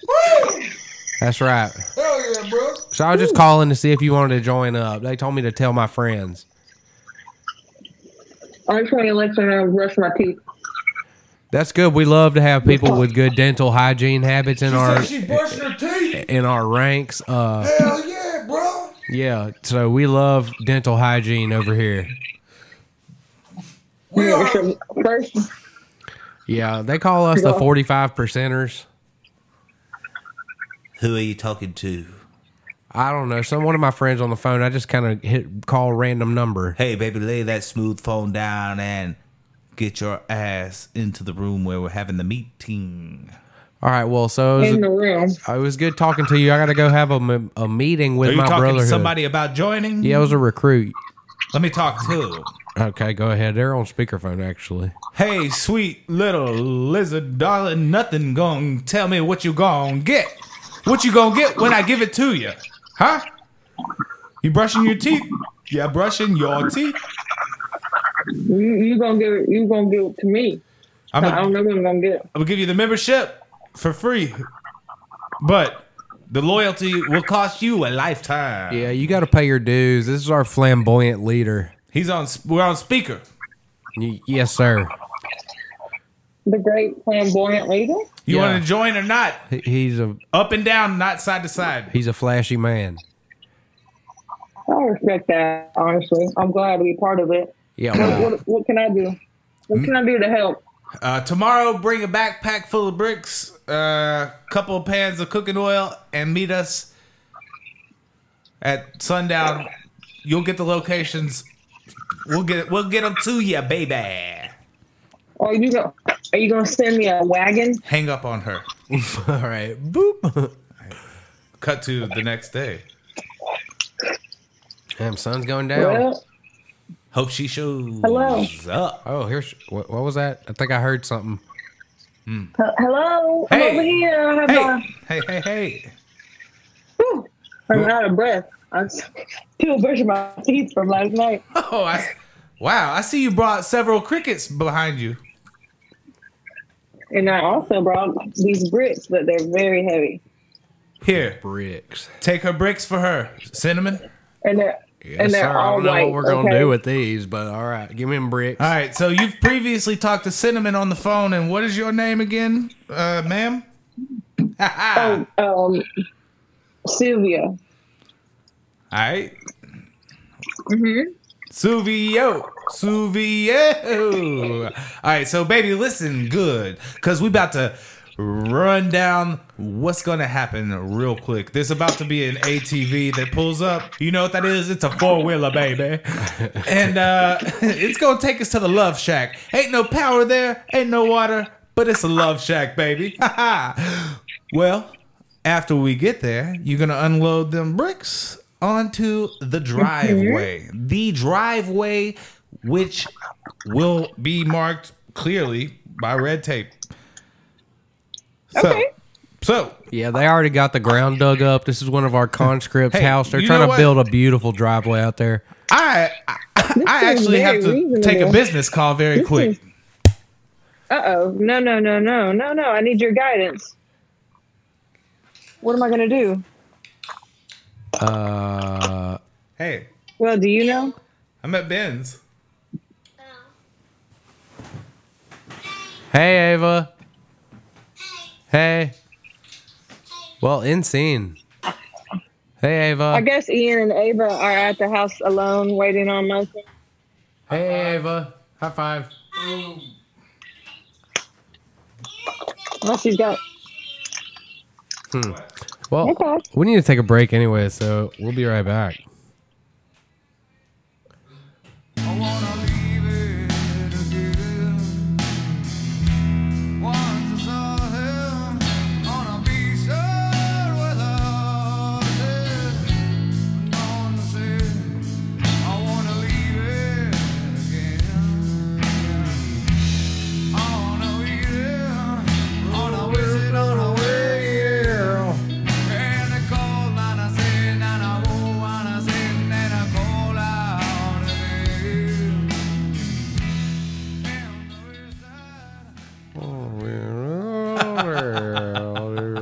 That's right. Hell yeah, bro! So I was just calling to see if you wanted to join up. They told me to tell my friends. I'm trying to let you know, brush my teeth. That's good. We love to have people with good dental hygiene habits in our brushed her teeth. in our ranks. Uh, Hell yeah, bro! yeah. So we love dental hygiene over here. We are. First, Yeah, they call us the forty five percenters. Who are you talking to? I don't know. Some one of my friends on the phone. I just kind of hit call random number. Hey, baby, lay that smooth phone down and get your ass into the room where we're having the meeting. All right. Well, so it in the was, room. it was good talking to you. I got to go have a, m- a meeting with Are you my talking to brotherhood. somebody about joining? Yeah, I was a recruit. Let me talk too. Okay, go ahead. They're on speakerphone actually. Hey, sweet little lizard, darling, nothing gon' tell me what you gon' get. What you gon' get when I give it to you? Huh? You brushing your teeth? Yeah, brushing your teeth. You you gonna give it? You gonna give it to me? I'm I don't gonna, know what I'm gonna get. I'm gonna give you the membership for free, but the loyalty will cost you a lifetime. Yeah, you got to pay your dues. This is our flamboyant leader. He's on. s- We're on speaker. Y- yes, sir. The great flamboyant leader. You Yeah. want to join or not? He- He's a Up and down, not side to side. he's a flashy man. I respect that. Honestly, I'm glad to be part of it. Yeah. What, Well, what, what can I do? Hmm? What can I do to help? Uh, tomorrow, bring a backpack full of bricks, a uh, couple of pans of cooking oil, and meet us at sundown. You'll get the locations. We'll get we'll get them to you, baby. Are you gonna Are you gonna send me a wagon? Hang up on her. all right. Boop. Cut to the next day. Damn, sun's going down. Well, Hope she shows Hello. up. Oh, here's what, what was that? I think I heard something. H- Hello, Hey. I'm over here. I have Hey, a, hey, hey, hey. whew, I'm out of breath. I'm still brushing my teeth from last night. Oh, I, wow. I see you brought several crickets behind you. And I also brought these bricks, but they're very heavy. Here, Bricks. take her bricks for her. Cinnamon. And they're Yes, and they're sir. I all don't know white. what we're gonna okay? do with these, but all right, give me them bricks. All right. So you've previously talked to Cinnamon on the phone, and what is your name again, uh, ma'am? Oh, um, Sylvia. All right. Suvio. Suvio. All right, so baby, listen good cuz we about to run down what's going to happen real quick. There's about to be an ATV that pulls up. You know what that is? It's a four-wheeler, baby. and uh it's going to take us to the love shack. Ain't no power there, ain't no water, but it's a love shack, baby. well, after we get there, you're gonna unload them bricks onto the driveway. Mm-hmm. The driveway, which will be marked clearly by red tape. So, Okay. so Yeah, they already got the ground dug up. This is one of our conscripts' Hey, house. They're you trying know to what? build a beautiful driveway out there. I I, I is actually very have to reasonable. take a business call very quick. Uh oh. No, no, no, no, no, no. I need your guidance. What am I going to do? Uh, Hey, Well, do you know? I'm at Ben's. hey, Ava. Hey. Well, in scene. Hey, I Ava. guess Ian and Ava are at the house alone waiting on Michael. Hey, Ava. High five. Well, she's got. Well, Okay. we need to take a break anyway, so we'll be right back.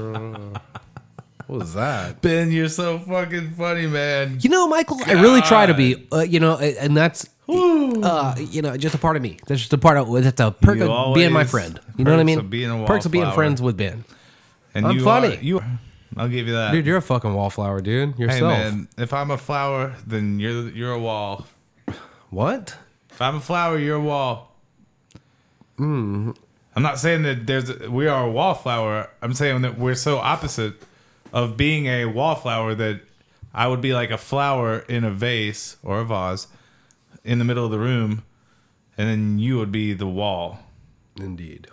What was that? Ben, you're so fucking funny, man. You know, Michael, I really try to be, uh, you know, a- and that's, uh, you know, just a part of me. That's just a part of, that's a perk You of being my always- friend. You know what I perks mean? of being a perks of being wallflower. friends with Ben. And I'm you funny. Are, you are. I'll give you that. Dude, you're a fucking wallflower, dude. hey, Yourself. man, if I'm a flower, then you're you're a wall. What? If I'm a flower, you're a wall. I'm not saying that there's we are a wallflower. I'm saying that we're so opposite of being a wallflower that I would be like a flower in a vase or a vase in the middle of the room, and then you would be the wall. Indeed.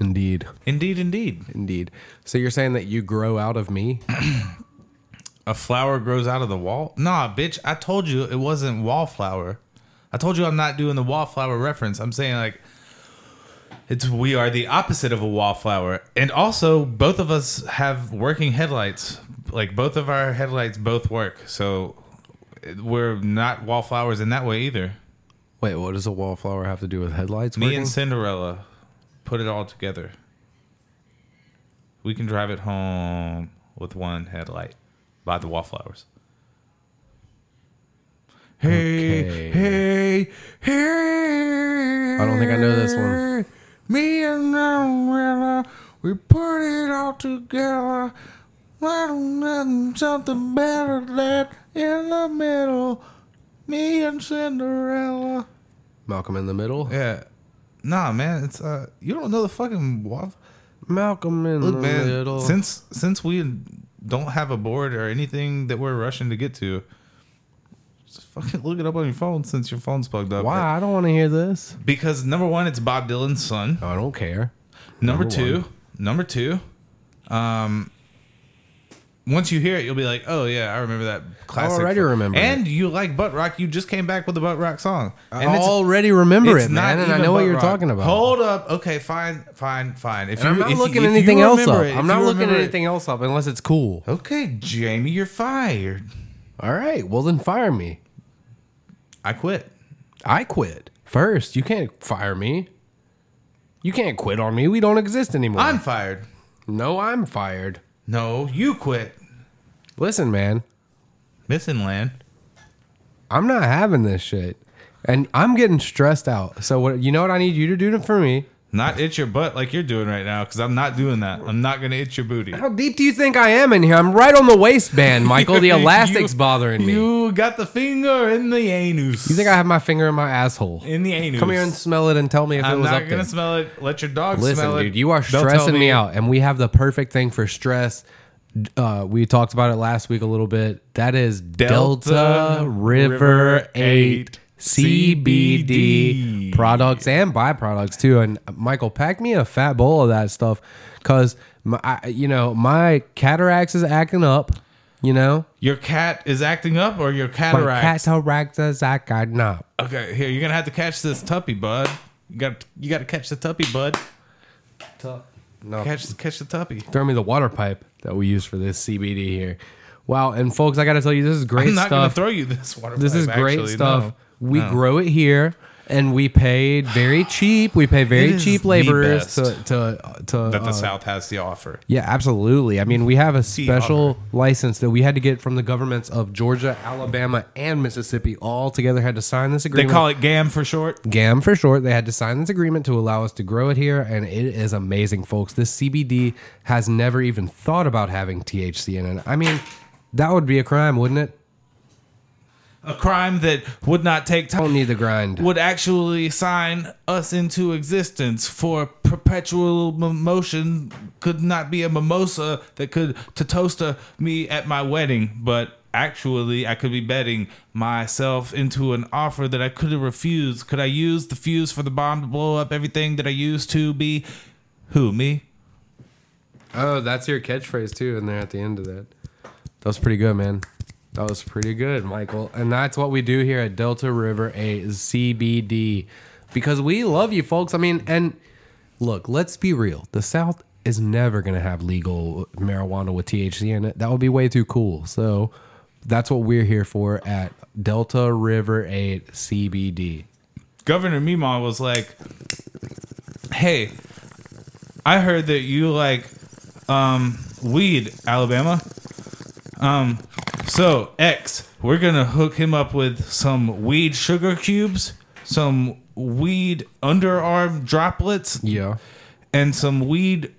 Indeed. Indeed, indeed. Indeed. So you're saying that you grow out of me? A flower grows out of the wall? Nah, bitch. I told you it wasn't wallflower. I told you I'm not doing the wallflower reference. I'm saying like it's we are the opposite of a wallflower. And also both of us have working headlights. Like both of our headlights both work. So it- we're not wallflowers in that way either. Wait, what does a wallflower have to do with headlights? Me working? and Cinderella put it all together. We can drive it home with one headlight by the wallflowers. Hey, Okay. hey, hey. I don't think I know this one. Me and Cinderella, we put it all together. There's nothing, something better than that in the middle. Me and Cinderella. Malcolm in the Middle? Yeah. Nah, man, it's uh you don't know the fucking waff. Malcolm in Look, the man, Middle. since since we don't have a board or anything that we're rushing to get to, just fucking look it up on your phone since your phone's plugged up. Why? I don't want to hear this. Because number one, it's Bob Dylan's son. I don't care. Number, Number two, one. number two, um, once you hear it, you'll be like, "Oh yeah, I remember that classic." already fu- remember it. And you like butt rock. You just came back with the butt rock song, I and already remember it, not man, and I even know what butt you're rock. talking about. Hold up. Okay, fine, fine, fine. If And I'm you- not if you- looking if you anything else up. remember it, if I'm not you looking remember it- anything else up unless it's cool. Okay, Jamie, you're fired. All right, well then fire me. I quit. I quit first. You can't fire me. You can't quit on me. We don't exist anymore. I'm fired. no, I'm fired. No, you quit. Listen, man, Missing land. I'm not having this shit, and I'm getting stressed out. So what? You know what I need you to do for me? Not itch your butt like you're doing right now, because I'm not doing that. I'm not gonna itch your booty. How deep do you think I am in here? I'm right on the waistband, Michael. The You- elastic's bothering me. You, You got the finger in the anus. think I have my finger in my asshole? in the anus? Come here and smell it and tell me if it I'm was not up gonna there. smell it. Let your dog Listen, smell it. dude, you are They'll tell stressing me out, and we have the perfect thing for stress. D- Uh, we talked about it last week a little bit. That is Delta, Delta River, River 8 CBD. CBD products and byproducts too. And uh, Michael, pack me a fat bowl of that stuff because, I, you know, my cataracts is acting up, you know? Your cat is acting up, or your My cataract. cataracts is acting up. okay, here you're gonna have to catch this tuppy, bud. You got you got to catch the tuppy, bud. No. Catch catch the tuppy. throw me the water pipe that we use for this CBD here. Wow, and folks, I gotta tell you, this is great I'm not gonna stuff. throw you this water. this pipe, is great actually, stuff. no. We No. grow it here, and we pay very cheap. We pay It very is cheap the laborers to best to to. that the uh, South has to offer. yeah, absolutely. I mean, we have a special license that we had to get from the governments of Georgia, Alabama, and Mississippi. All together had to sign this They agreement. call it GAM for short. GAM for short. They had to sign this agreement to allow us to grow it here, and it is amazing, folks. This CBD has never even thought about having THC in it. I mean, that would be a crime, wouldn't it? A crime that would not take time. Don't need the grind. would actually sign us into existence for perpetual m- motion could not be a mimosa that could to toaster me at my wedding but actually i could be betting myself into an offer that i could have refused could i use the fuse for the bomb to blow up everything that i used to be who me Oh, that's your catchphrase too, in there at the end of that. That was pretty good, man. That was pretty good, Michael. And that's what we do here at Delta River A is CBD because we love you, folks. I mean, and look, let's be real. The South is never going to have legal marijuana with THC in it. That would be way too cool. So that's what we're here for at Delta River 8 CBD. Governor Mima was like, "Hey, I heard that you like um, weed, Alabama. Um, so X, we're gonna hook him up with some weed sugar cubes, some weed underarm droplets, Yeah. and some weed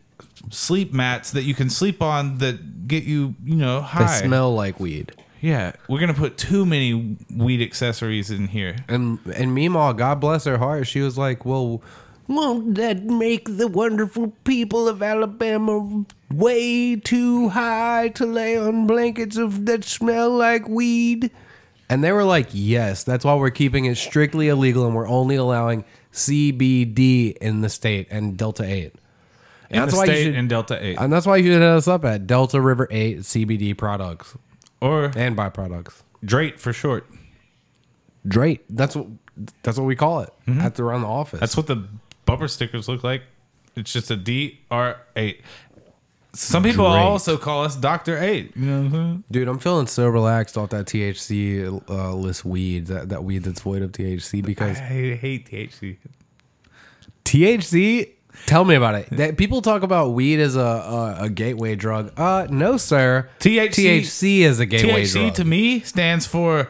sleep mats that you can sleep on that get you, you know, They high. smell like weed. yeah, we're gonna put too many weed accessories in here. And and Meemaw, God bless her heart, she was like, "Well, won't that make the wonderful people of Alabama way too high to lay on blankets of that smell like weed?" And they were like, "Yes, that's why we're keeping it strictly illegal, and we're only allowing CBD in the state and Delta Eight. And In that's the why you state should." and Delta Eight, and that's why you should hit us up at Delta River 8 CBD products or and byproducts. Drake for short. Drake. That's what that's what we call it at the around the office. Mm-hmm. That's what the bumper stickers look like. It's just a D R eight. Some people Great. also call us Doctor Eight. You know what I'm saying? Dude, I'm feeling so relaxed off that THC uh, list weed, that, that weed that's void of THC because I hate THC. THC. Tell me about it. That people talk about weed as a, a, a gateway drug. Uh, no, sir. THC THC is a gateway THC drug. to me stands for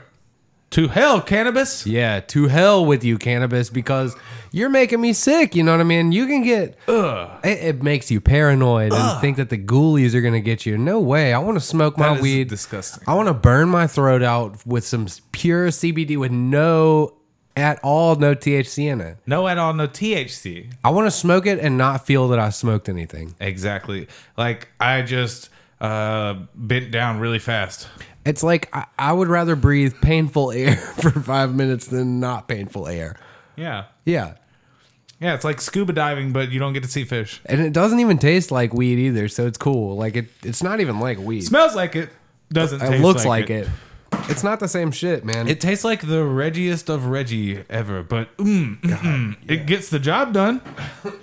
to hell cannabis. yeah, to hell with you, cannabis, because you're making me sick. You know what I mean? You can get. It, it makes you paranoid and think that the ghoulies are gonna get you. No way. I want to smoke my That is weed. disgusting. I want to burn my throat out with some s- pure CBD with no, at all, no THC in it. No at all, no THC. I want to smoke it and not feel that I smoked anything. Exactly. Like I just uh bent down really fast. It's like I, I would rather breathe painful air for five minutes than not painful air. Yeah. Yeah. Yeah, it's like scuba diving, but you don't get to see fish. And it doesn't even taste like weed either, so it's cool. Like it, it's not even like weed. Smells like it. Doesn't. it taste looks like, it. It's not the same shit, man. It tastes like the reggiest of Reggie ever, but mm, mm, mm, it gets the job done.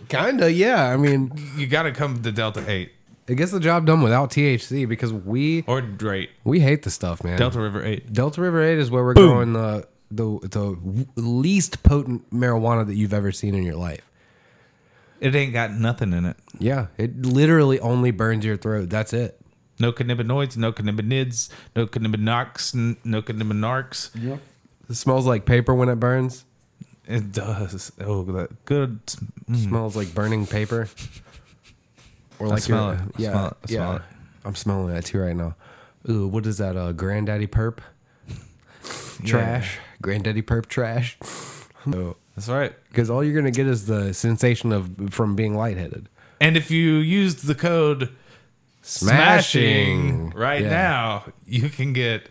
kinda, yeah. I mean, You got to come to Delta 8 it gets the job done without THC because we or Drake. we hate the stuff, man. Delta River 8. Delta River Eight is where we're growing the the the least potent marijuana that you've ever seen in your life. It ain't got nothing in it. Yeah, it literally only burns your throat. That's it. No cannabinoids, no cannabinoids, no cannabinox, n- no cannabinarcs. It smells like paper when it burns. It does. Oh, that good. Mm. Smells like burning paper. Or like smell your- it. I Yeah, smell it. I yeah. smell it. I'm smelling that too right now. Ooh, what is that? Uh, Granddaddy Perp. Trash. Granddaddy Perp trash. That's right. Because all you're gonna get is the sensation of from being lightheaded. And if you used the code smashing, right Yeah. now, you can get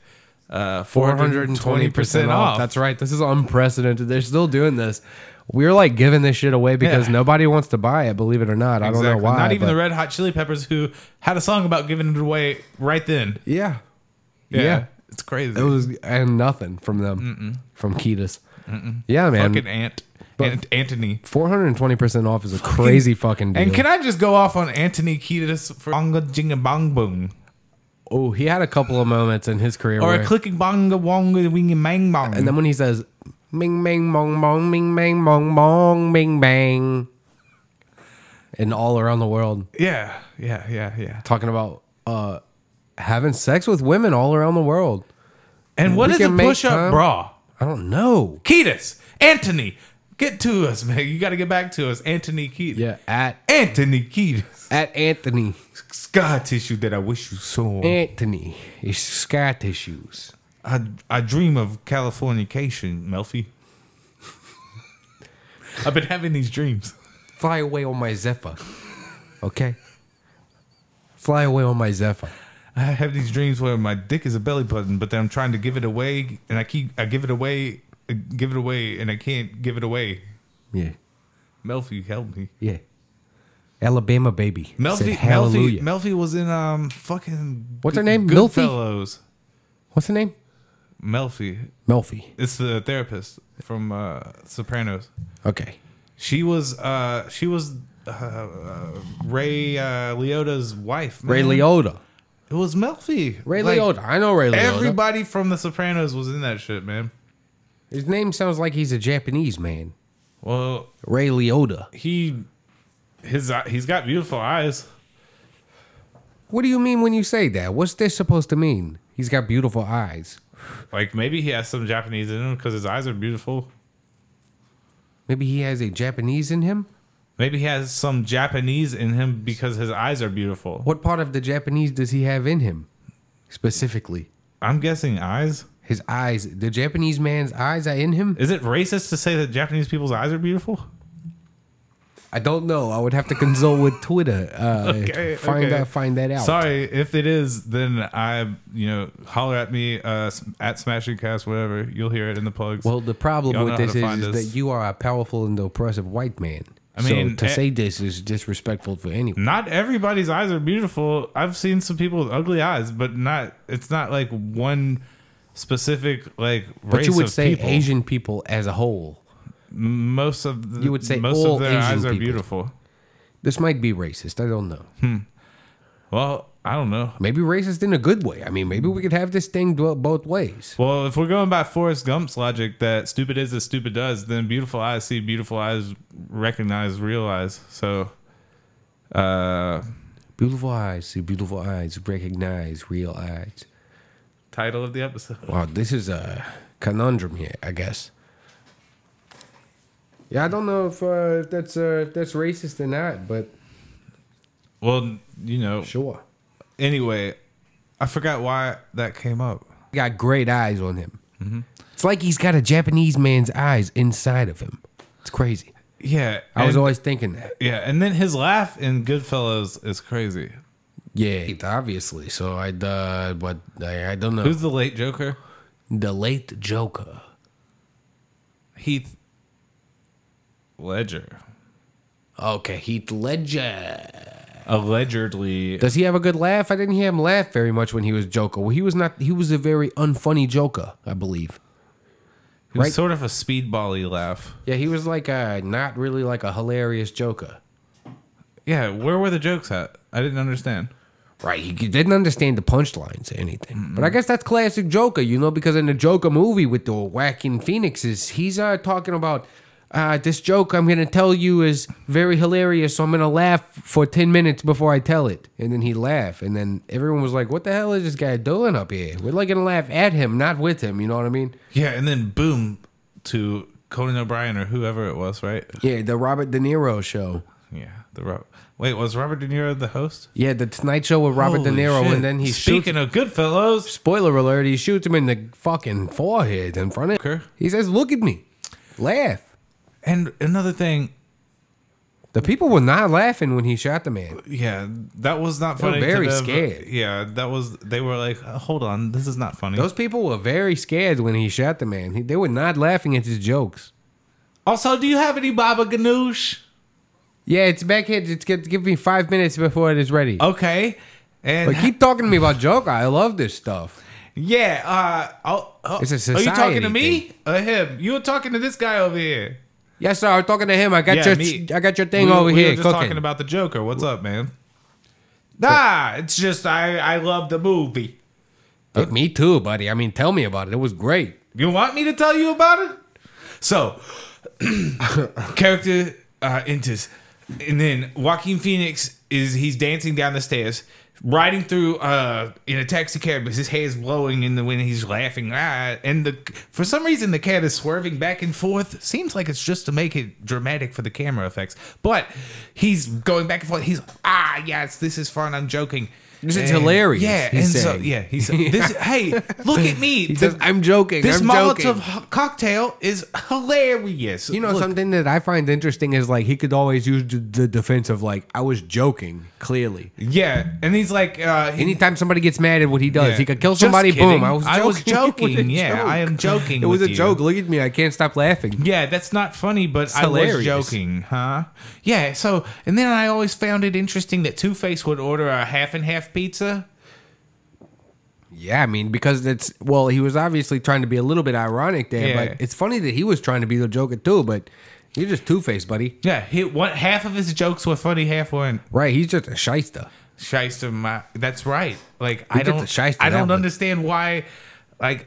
uh, 420% 420% off. That's right. This is unprecedented. They're still doing this. We're like giving this shit away because Yeah. nobody wants to buy it, believe it or not. I don't know why. Not even but- the Red Hot Chili Peppers who had a song about giving it away right then. Yeah. Yeah. Yeah. It's crazy. It was and nothing from them. From Ketus. Yeah, man. Fucking Ant. But- Ant- Anthony. 420% off is a crazy fucking deal. And can I just go off on Anthony Kiedis for Bonga Jinga Bong Boom? oh, he had a couple of moments in his career Or where, a clicking bonga wonga wingy mang bong. and then when he says ming ming mong mong ming ming mong mong ming bang and all around the world yeah, yeah, yeah, yeah. talking about uh having sex with women all around the world. And what Mm. We is a can make push up time. bra? I don't know. Kiedis, Anthony, get to us, man. You got to get back to us. Anthony Kiedis. Yeah, at Anthony Kiedis. at Anthony. Scar tissue that I wish you saw. Anthony is sky tissues. I, I dream of Californication, Melfi. I've been having these dreams. Fly away on my Zephyr. Okay? Fly away on my Zephyr. I have these dreams where my dick is a belly button, but then I'm trying to give it away, and I keep I give it away, uh, give it away, and I can't give it away. Yeah. Melfi, help me. Yeah. Alabama baby. Said Melfi, Melfi, hallelujah. Melfi was in um fucking What's her name? Melfi? Goodfellas. What's her name? Melfi. Melfi. It's the therapist from uh, Sopranos. Okay. She was uh she was uh, uh, Ray uh, Liotta's wife. Ray man. Liotta. It was Melfi. Ray Like, Liotta. I know Ray Liotta. Everybody from The Sopranos was in that shit, man. His name sounds like he's a Japanese man. Well, Ray Liotta. he his eye- he's got beautiful eyes. What do you mean when you say that? What's this supposed to mean? He's got beautiful eyes. Like maybe he has some Japanese in him because his eyes are beautiful. Maybe he has a Japanese in him? Maybe he has some Japanese in him because his eyes are beautiful. What part of the Japanese does he have in him? Specifically, I'm guessing eyes. his eyes. The Japanese man's eyes are in him? Is it racist to say that Japanese people's eyes are beautiful? I don't know. I would have to consult with Twitter. Uh, Okay, find okay. that find that out. Sorry, if it is, then I, you know, holler at me uh, s- at Smashing Cast, whatever. You'll hear it in the plugs. Well, the problem Y'all know with how this to is, find is us. that you are a powerful and oppressive white man. I mean, so to eh- say this is disrespectful for anyone. not everybody's eyes are beautiful. I've seen some people with ugly eyes, but not. It's not like one specific like But race you would of say people. Asian people as a whole. Most of the, You would say most all of their Asian eyes are people. beautiful. This might be racist. I don't know. Well, I don't know. Maybe racist in a good way. I mean, maybe we could have this thing dwelt both ways. Well, if we're going by Forrest Gump's logic that stupid is as stupid does, then beautiful eyes see, beautiful eyes recognize, realize. So, uh, Beautiful eyes, see beautiful eyes, recognize real eyes. title of the episode. Wow, this is a conundrum here, I guess. Yeah, I don't know if uh, if that's uh, if that's racist or not, but Well, you know. sure. Anyway, I forgot why that came up. He got great eyes on him. It's like he's got a Japanese man's eyes inside of him. It's crazy. Yeah, I was and- always thinking that. Yeah, and then his laugh in Goodfellas is crazy. Yeah, obviously. So I, uh, but I, I don't know. Who's the late Joker? the late Joker? Heath Ledger. Okay, Heath Ledger. Allegedly, Does he have a good laugh? I didn't hear him laugh very much when he was Joker. Well, he was not. He was a very unfunny Joker, I believe. it was right- sort of a speedball-y laugh. Yeah, he was like a not really like a hilarious Joker. Yeah, where were the jokes at? I didn't understand. Right, he didn't understand the punchlines or anything. But I guess that's classic Joker, you know, because in the Joker movie with the whacking phoenixes, he's uh, talking about uh, this joke I'm going to tell you is very hilarious, so I'm going to laugh for 10 minutes before I tell it. And then he laughed. And then everyone was like, what the hell is this guy doing up here? We're like going to laugh at him, not with him, you know what I mean? Yeah, and then boom to Conan O'Brien or whoever it was, right? Yeah, the Robert De Niro show. Yeah, the Rob. Wait, was Robert De Niro the host? Yeah, the Tonight Show with Robert De Holy Niro. shit. And then he shoots speaking of Goodfellas. spoiler alert, he shoots him in the fucking forehead in front of Okay. He says, Look at me. Laugh. And another thing, The people were not laughing when he shot the man. yeah, that was not were funny. to very them. scared. Yeah, that was. They were like, "Uh, "Hold on, this is not funny." Those people were very scared when he shot the man. He- They were not laughing at his jokes. also, do you have any Baba Ganoush? Yeah, it's back here. Just give, give me five minutes before it is ready. Okay, and But keep talking to me about Joker. I love this stuff. yeah, uh, oh, oh, It's a are you talking society to me or him? You were talking to this guy over here. Yes, sir. I'm talking to him. I got Yeah, your me- I got your thing we, over we here Were just cooking. talking about the Joker. What's up, man? Nah, it's just I I love the movie. Yeah, me too, buddy. I mean, tell me about it. It was great. You want me to tell you about it? So, character uh, enters, and then Joaquin Phoenix is he's dancing down the stairs, riding through uh, in a taxi cab because his hair is blowing in the wind. He's laughing, ah, and the for some reason the cab is swerving back and forth. Seems like it's just to make it dramatic for the camera effects, but he's going back and forth. He's ah yes, this is fun. I'm joking. This is hilarious, Yeah, he's and so saying. yeah, he's this. hey, look at me. He says, "I'm joking. This I'm Molotov joking." ho- cocktail is hilarious. You know, Look, something that I find interesting is like he could always use the- the defense of like, I was joking, clearly. Yeah, and he's like, uh, he- Anytime somebody gets mad at what he does, yeah. he could kill Just somebody, boom. kidding. I was joking. I was It was a joking. yeah, joke. I am joking. It was with a you. joke. Look at me. I can't stop laughing. Yeah, that's not funny, but I hilarious. was joking, huh? Yeah. So, and then I always found it interesting that Two Face would order a half and half pizza. Yeah, I mean, because it's, well, he was obviously trying to be a little bit ironic there, Yeah. but it's funny that he was trying to be the Joker too, but you're just Two Faced, buddy. Yeah, he, one, half of his jokes were funny, half weren't. Right. He's just a shyster. shyster my that's right like i did the don't shyster i that don't one. understand why like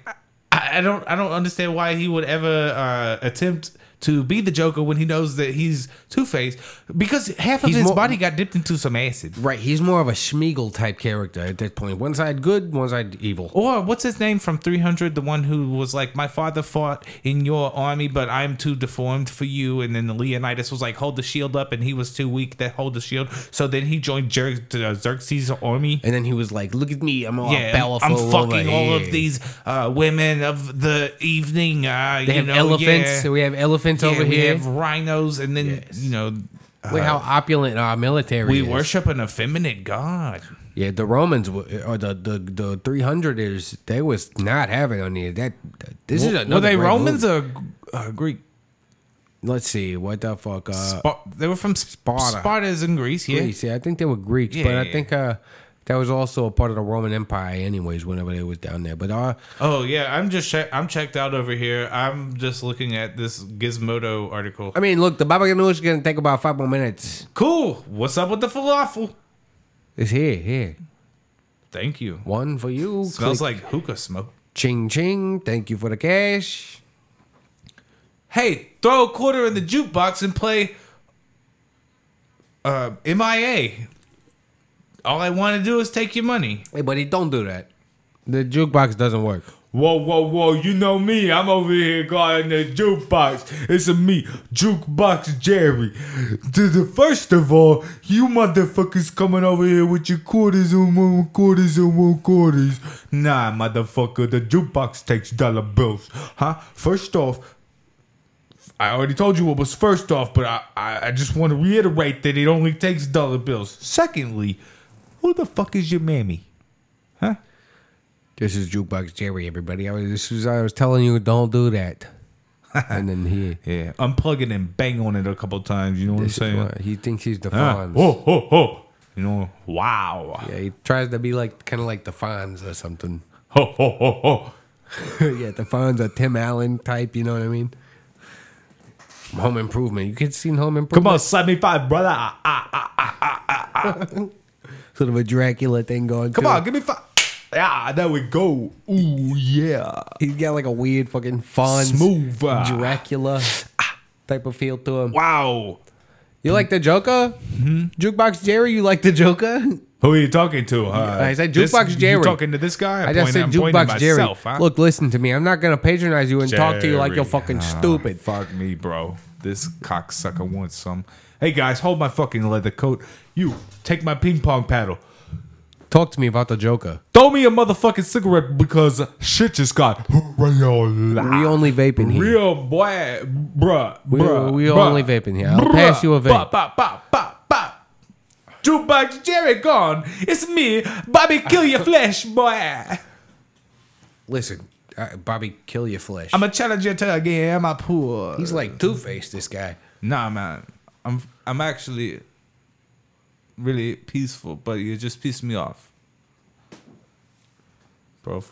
I, I don't i don't understand why he would ever uh attempt to be the joker when he knows that he's two-faced because half of He's his more- body got dipped into some acid Right. He's more of a Schmiegel type character at this point. One side good, one side evil. or what's his name from 300 the one who was like my father fought in your army but i'm too deformed for you and then leonidas was like hold the shield up and he was too weak to hold the shield so then he joined Jer- uh, xerxes army And then he was like, "Look at me, I'm Oh, all yeah, powerful." I'm fucking over all of here." these uh, women of the evening. Uh, you They have know, elephants. Yeah, We have elephants yeah, over we here. have rhinos, and then Yes. you know, uh, Look how opulent our military. we is. worship an effeminate god. Yeah, the Romans w- or the the the 300ers. They was not having on here. That this is another. Were they great Romans movie. or uh, Greek? Let's see what the fuck. Uh, Spa- they were from Sparta. Sparta. Sparta's in Greece. Yeah, Greece. Yeah, I think they were Greeks, but Yeah, I yeah, think uh, that was also a part of the Roman Empire, anyways. Whenever they was down there, but uh, our Oh yeah, I'm just che- I'm checked out over here. I'm just looking at this Gizmodo article. I mean, look, the Baba Ganoush is gonna take about five more minutes. Cool. What's up with the falafel? It's here, here. Thank you. One for you. Smells Click. like hookah smoke. ching ching. Thank you for the cash. hey, throw a quarter in the jukebox and play uh, MIA. All I want to do is take your money. Hey, buddy, don't do that. The jukebox doesn't work. Whoa, whoa, whoa, you know me. I'm over here guarding the jukebox. It's a me, Jukebox Jerry. To the first of all, you motherfuckers coming over here with your quarters and one quarters and one quarters. Nah, motherfucker, the jukebox takes dollar bills. Huh? First off, I already told you what was first off, but I, I, I just want to reiterate that it only takes dollar bills. Secondly, who the fuck is your mammy? This is jukebox Jerry, everybody. I was, this is I was telling you, don't do that. and then he. Yeah, unplug it and bang on it a couple times. You know what I'm this is saying? what- He thinks he's the Ah, Fonz. oh, oh, oh. You know, wow. Yeah, he tries to be like kind of like the Fonz or something. Ho, ho, ho, ho. yeah, the Fonz, a Tim Allen type. You know what I mean? Home Improvement. You kids seen Home Improvement? Come on, slap me five, brother. Ah, ah, ah, ah. Sort of a Dracula thing going. Come too. on, give me five. Yeah, there we go. Ooh, yeah. He's got like a weird fucking Fonz Smooth. uh, ah. Dracula type of feel to him. Wow. You like the Joker? Hmm? Jukebox Jerry, you like the Joker? Who are you talking to? Huh? I said This- jukebox Jerry. You talking to this guy? I just Point- said I'm pointing Jukebox Jerry. myself, huh? Look, listen to me. I'm not gonna patronize you and talk to you like you're Jerry. fucking Ah, stupid. Fuck me, bro. This cocksucker wants some. Hey guys, hold my fucking leather coat. You take my ping pong paddle. Talk to me about the Joker. Throw me a motherfucking cigarette because shit just got real. We only vape in here. Ah. real boy, bruh. We- bruh, we bruh, only vape in here. I'll pass you a vape. Bop, bop, bop, bop, bop. Jukebox Jerry gone. It's me, Bobby. Kill your flesh, boy. Listen, uh, Bobby, kill your flesh. I'm a challenger to a game. I poor. He's like Two Face. This guy. Nah, man. I'm I'm actually really peaceful, but you just piss me off, bro.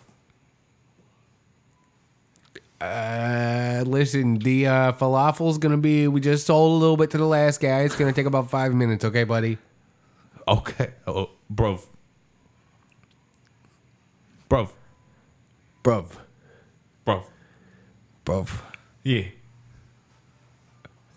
Uh, listen, the uh, falafel's gonna be. We just sold a little bit to the last guy. It's gonna take about five minutes. Okay, buddy. Okay, oh, bro. Bro, Bruv, bro. bruv. Yeah.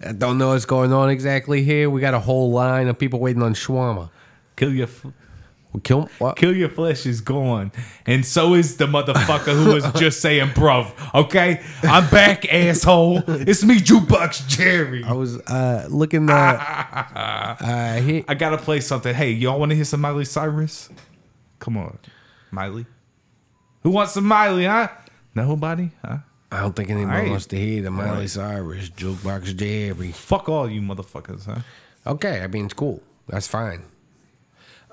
I don't know what's going on exactly here. We got a whole line of people waiting on shawarma. Kill your f- Well, kill what? kill your flesh is gone, and so is the motherfucker who was just saying, "Bro, okay, I'm back, asshole. It's me, jukebox Jerry." I was uh, looking at. uh, he, I gotta play something. Hey, y'all want to hear some Miley Cyrus? Come on, Miley. Who wants some Miley? Huh? Nobody? Huh? I don't think anyone Alright. wants to hear the Miley Cyrus jukebox Jerry. Fuck all you motherfuckers, huh? Okay, I mean it's cool. That's fine.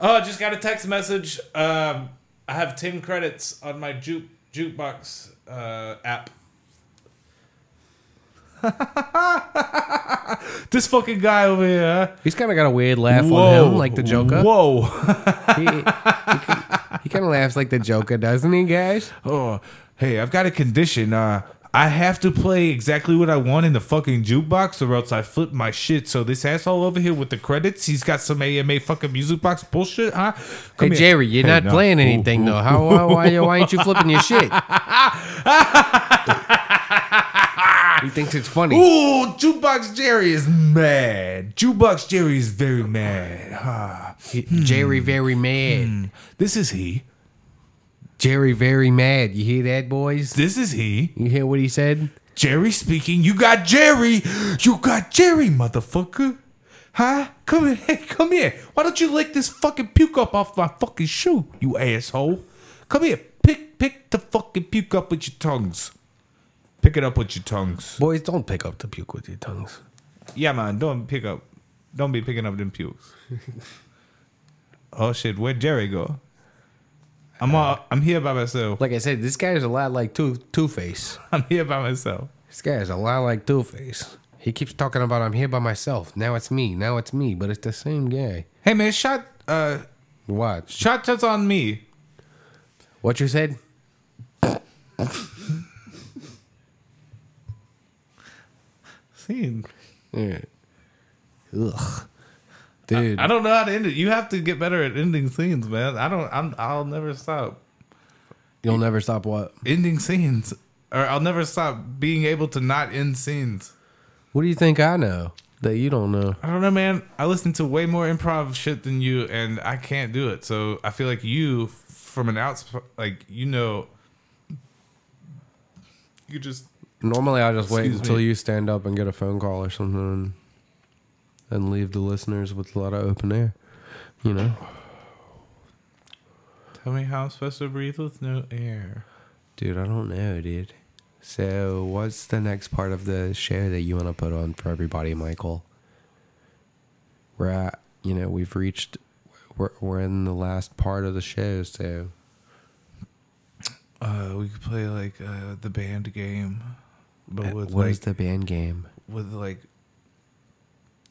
Oh, just got a text message. Um, I have ten credits on my juke jukebox uh, app. This fucking guy over here. He's kind of got a weird laugh Whoa, on him, like the Joker. Whoa. He, he, kind of laughs like the Joker, doesn't he, guys? Oh, hey, I've got a condition. Uh, I have to play exactly what I want in the fucking jukebox, or else I flip my shit. So this asshole over here with the credits, he's got some AMA fucking music box bullshit, huh? Come here. hey, Jerry, you're Hey, not no. playing Ooh, anything ooh, though. How why, why why aren't you flipping your shit? he thinks it's funny. Ooh, Jukebox Jerry is mad. Jukebox Jerry is very mad. Ah, He- Jerry very Hmm. mad. This is he. Jerry very mad. You hear that, boys? This is he. You hear what he said? Jerry speaking. You got Jerry. You got Jerry, motherfucker. Huh? Come here. come here. Why don't you lick this fucking puke up off my fucking shoe, you asshole? Come here. Pick pick the fucking puke up with your tongues. Pick it up with your tongues. Boys, don't pick up the puke with your tongues. Yeah, man. Don't pick up. Don't be picking up them pukes. oh shit, where'd Jerry go? I'm all, I'm here by myself. Like I said, this guy is a lot like Two Two Face. I'm here by myself. This guy is a lot like Two Face. He keeps talking about I'm here by myself. Now it's me. Now it's me. But it's the same guy. Hey man, shot uh Watch shot that's on me. what you said. See, Yeah. Ugh. Dude, I don't know how to end it. You have to get better at ending scenes, man. I don't I'm I'll never stop you'll never stop what? ending scenes. Or I'll never stop being able to not end scenes. What do you think I know that you don't know? I don't know, man. I listen to way more improv shit than you, and I can't do it. So I feel like you, from an outs, like you know, you just Normally, I just wait Excuse until me. you stand up and get a phone call or something and, and leave the listeners with a lot of open air. You know? tell me how I'm supposed to breathe with no air. Dude, I don't know, dude. So, what's the next part of the show that you want to put on for everybody, Michael? We're at, you know, we've reached, we're, we're in the last part of the show, so. Uh, we could play like uh, the band game. But with what like is the band game? with like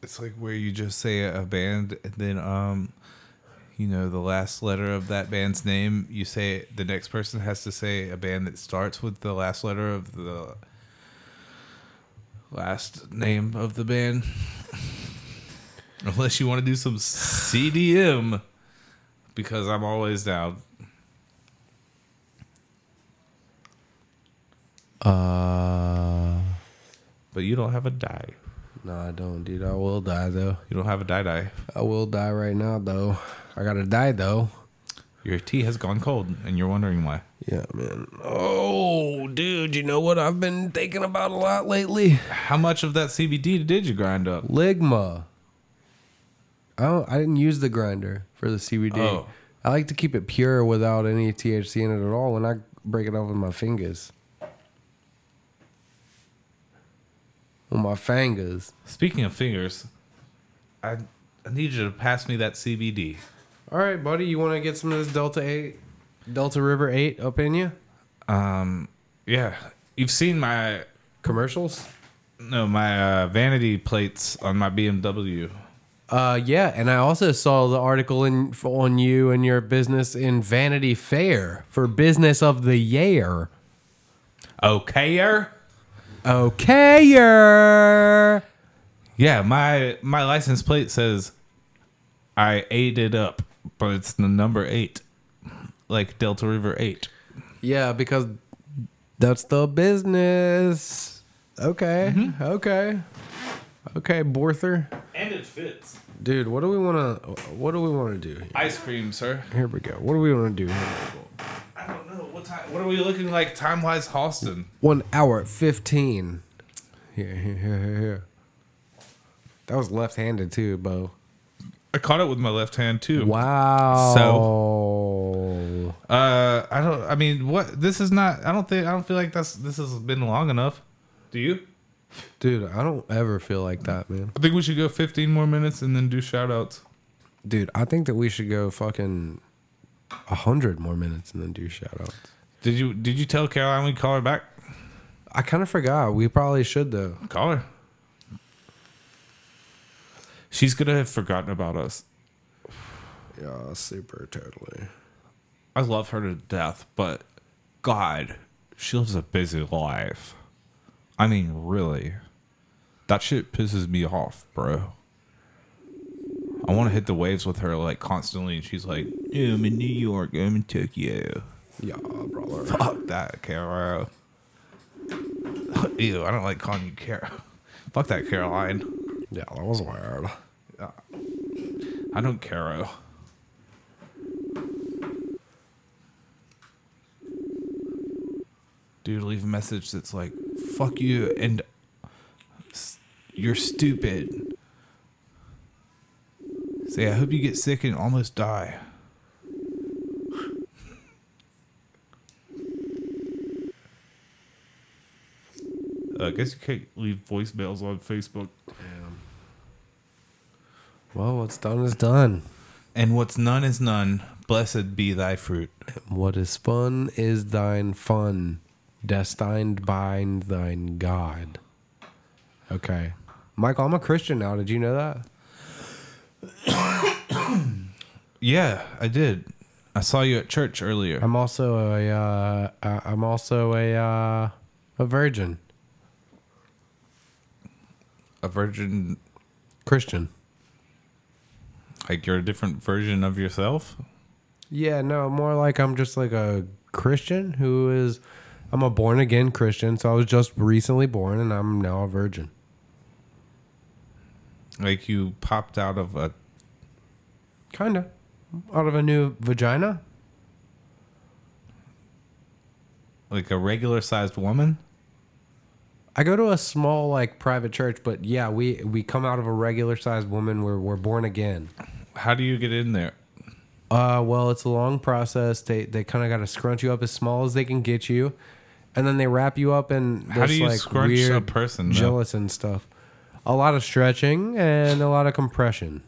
it's like where you just say a band and then um you know the last letter of that band's name you say the next person has to say a band that starts with the last letter of the last name of the band unless you want to do some CDM because I'm always down Uh, but you don't have a die no, I don't, dude. I will die though. you don't have a die die I will die right now though. I gotta die though. your tea has gone cold and you're wondering why Yeah, man. Oh, dude, you know what I've been thinking about a lot lately? how much of that CBD did you grind up Ligma. I don't, I didn't use the grinder for the CBD. Oh. I like to keep it pure without any THC in it at all when I break it up with my fingers. With my fingers. Speaking of fingers, I I need you to pass me that CBD. All right, buddy, you want to get some of this Delta 8, Delta River 8 up in you? Yeah, you've seen my Commercials? no my uh, vanity plates on my BMW. Uh, yeah, and I also saw the article in on you and your business in Vanity Fair for Business of the Year. Okayer. Okay, Yeah, my my license plate says I ate it up, but it's the number eight, like Delta River Eight. yeah, because that's the business. Okay, okay, okay, Borther, And it fits. dude. What do we want to? What do we want to do? Here? Ice cream, sir. Here we go. What do we want to do? Here? I don't know what time. What are we looking like time wise, Halston? One hour fifteen. Here, here, here, here, here. That was left-handed too, Bo. I caught it with my left hand too. Wow. So- Uh, I don't. I mean, what? This is not. I don't think. I don't feel like that's. This has been long enough. Do you? dude, I don't ever feel like that, man. I think we should go 15 more minutes and then do shout outs. Dude, I think that we should go fucking a hundred more minutes and then do shout outs. Did you Did you tell Caroline we call her back? I kind of forgot. We probably should though. Call her. She's gonna have forgotten about us. Yeah, super totally. I love her to death, but God, she lives a busy life. I mean, really, that shit pisses me off, bro. I want to hit the waves with her like constantly, and she's like, "Yeah, "I'm in New York. I'm in Tokyo." Yeah, brother. Fuck that, Caro. Ew, I don't like calling you Caro. Fuck that, Caroline. Yeah, that was weird. I don't Caro. Dude, leave a message that's like, fuck you, and s- you're stupid. Say, I hope you get sick and almost die. Uh, I guess you can't leave voicemails on Facebook. Well, what's done is done. And what's none is none. Blessed be thy fruit. What is fun is thine fun, destined by thine God. Okay. Michael, I'm a Christian now. Did you know that? Yeah, I did. I saw you at church earlier. I'm also a uh, I- I'm also a uh, a virgin a virgin, Christian. like you're a different version of yourself. Yeah, no, more like I'm just like a Christian who is I'm a born again Christian. So I was just recently born and I'm now a virgin. Like you popped out of a. Kind of out of a new vagina. Like a regular sized woman? I go to a small like private church, but yeah, we we come out of a regular sized woman where we're born again. How do you get in there? Uh, well, it's a long process. They they kind of got to scrunch you up as small as they can get you, and then they wrap you up in this How do you like scrunch weird a person? though? gelatin stuff. A lot of stretching and a lot of compression.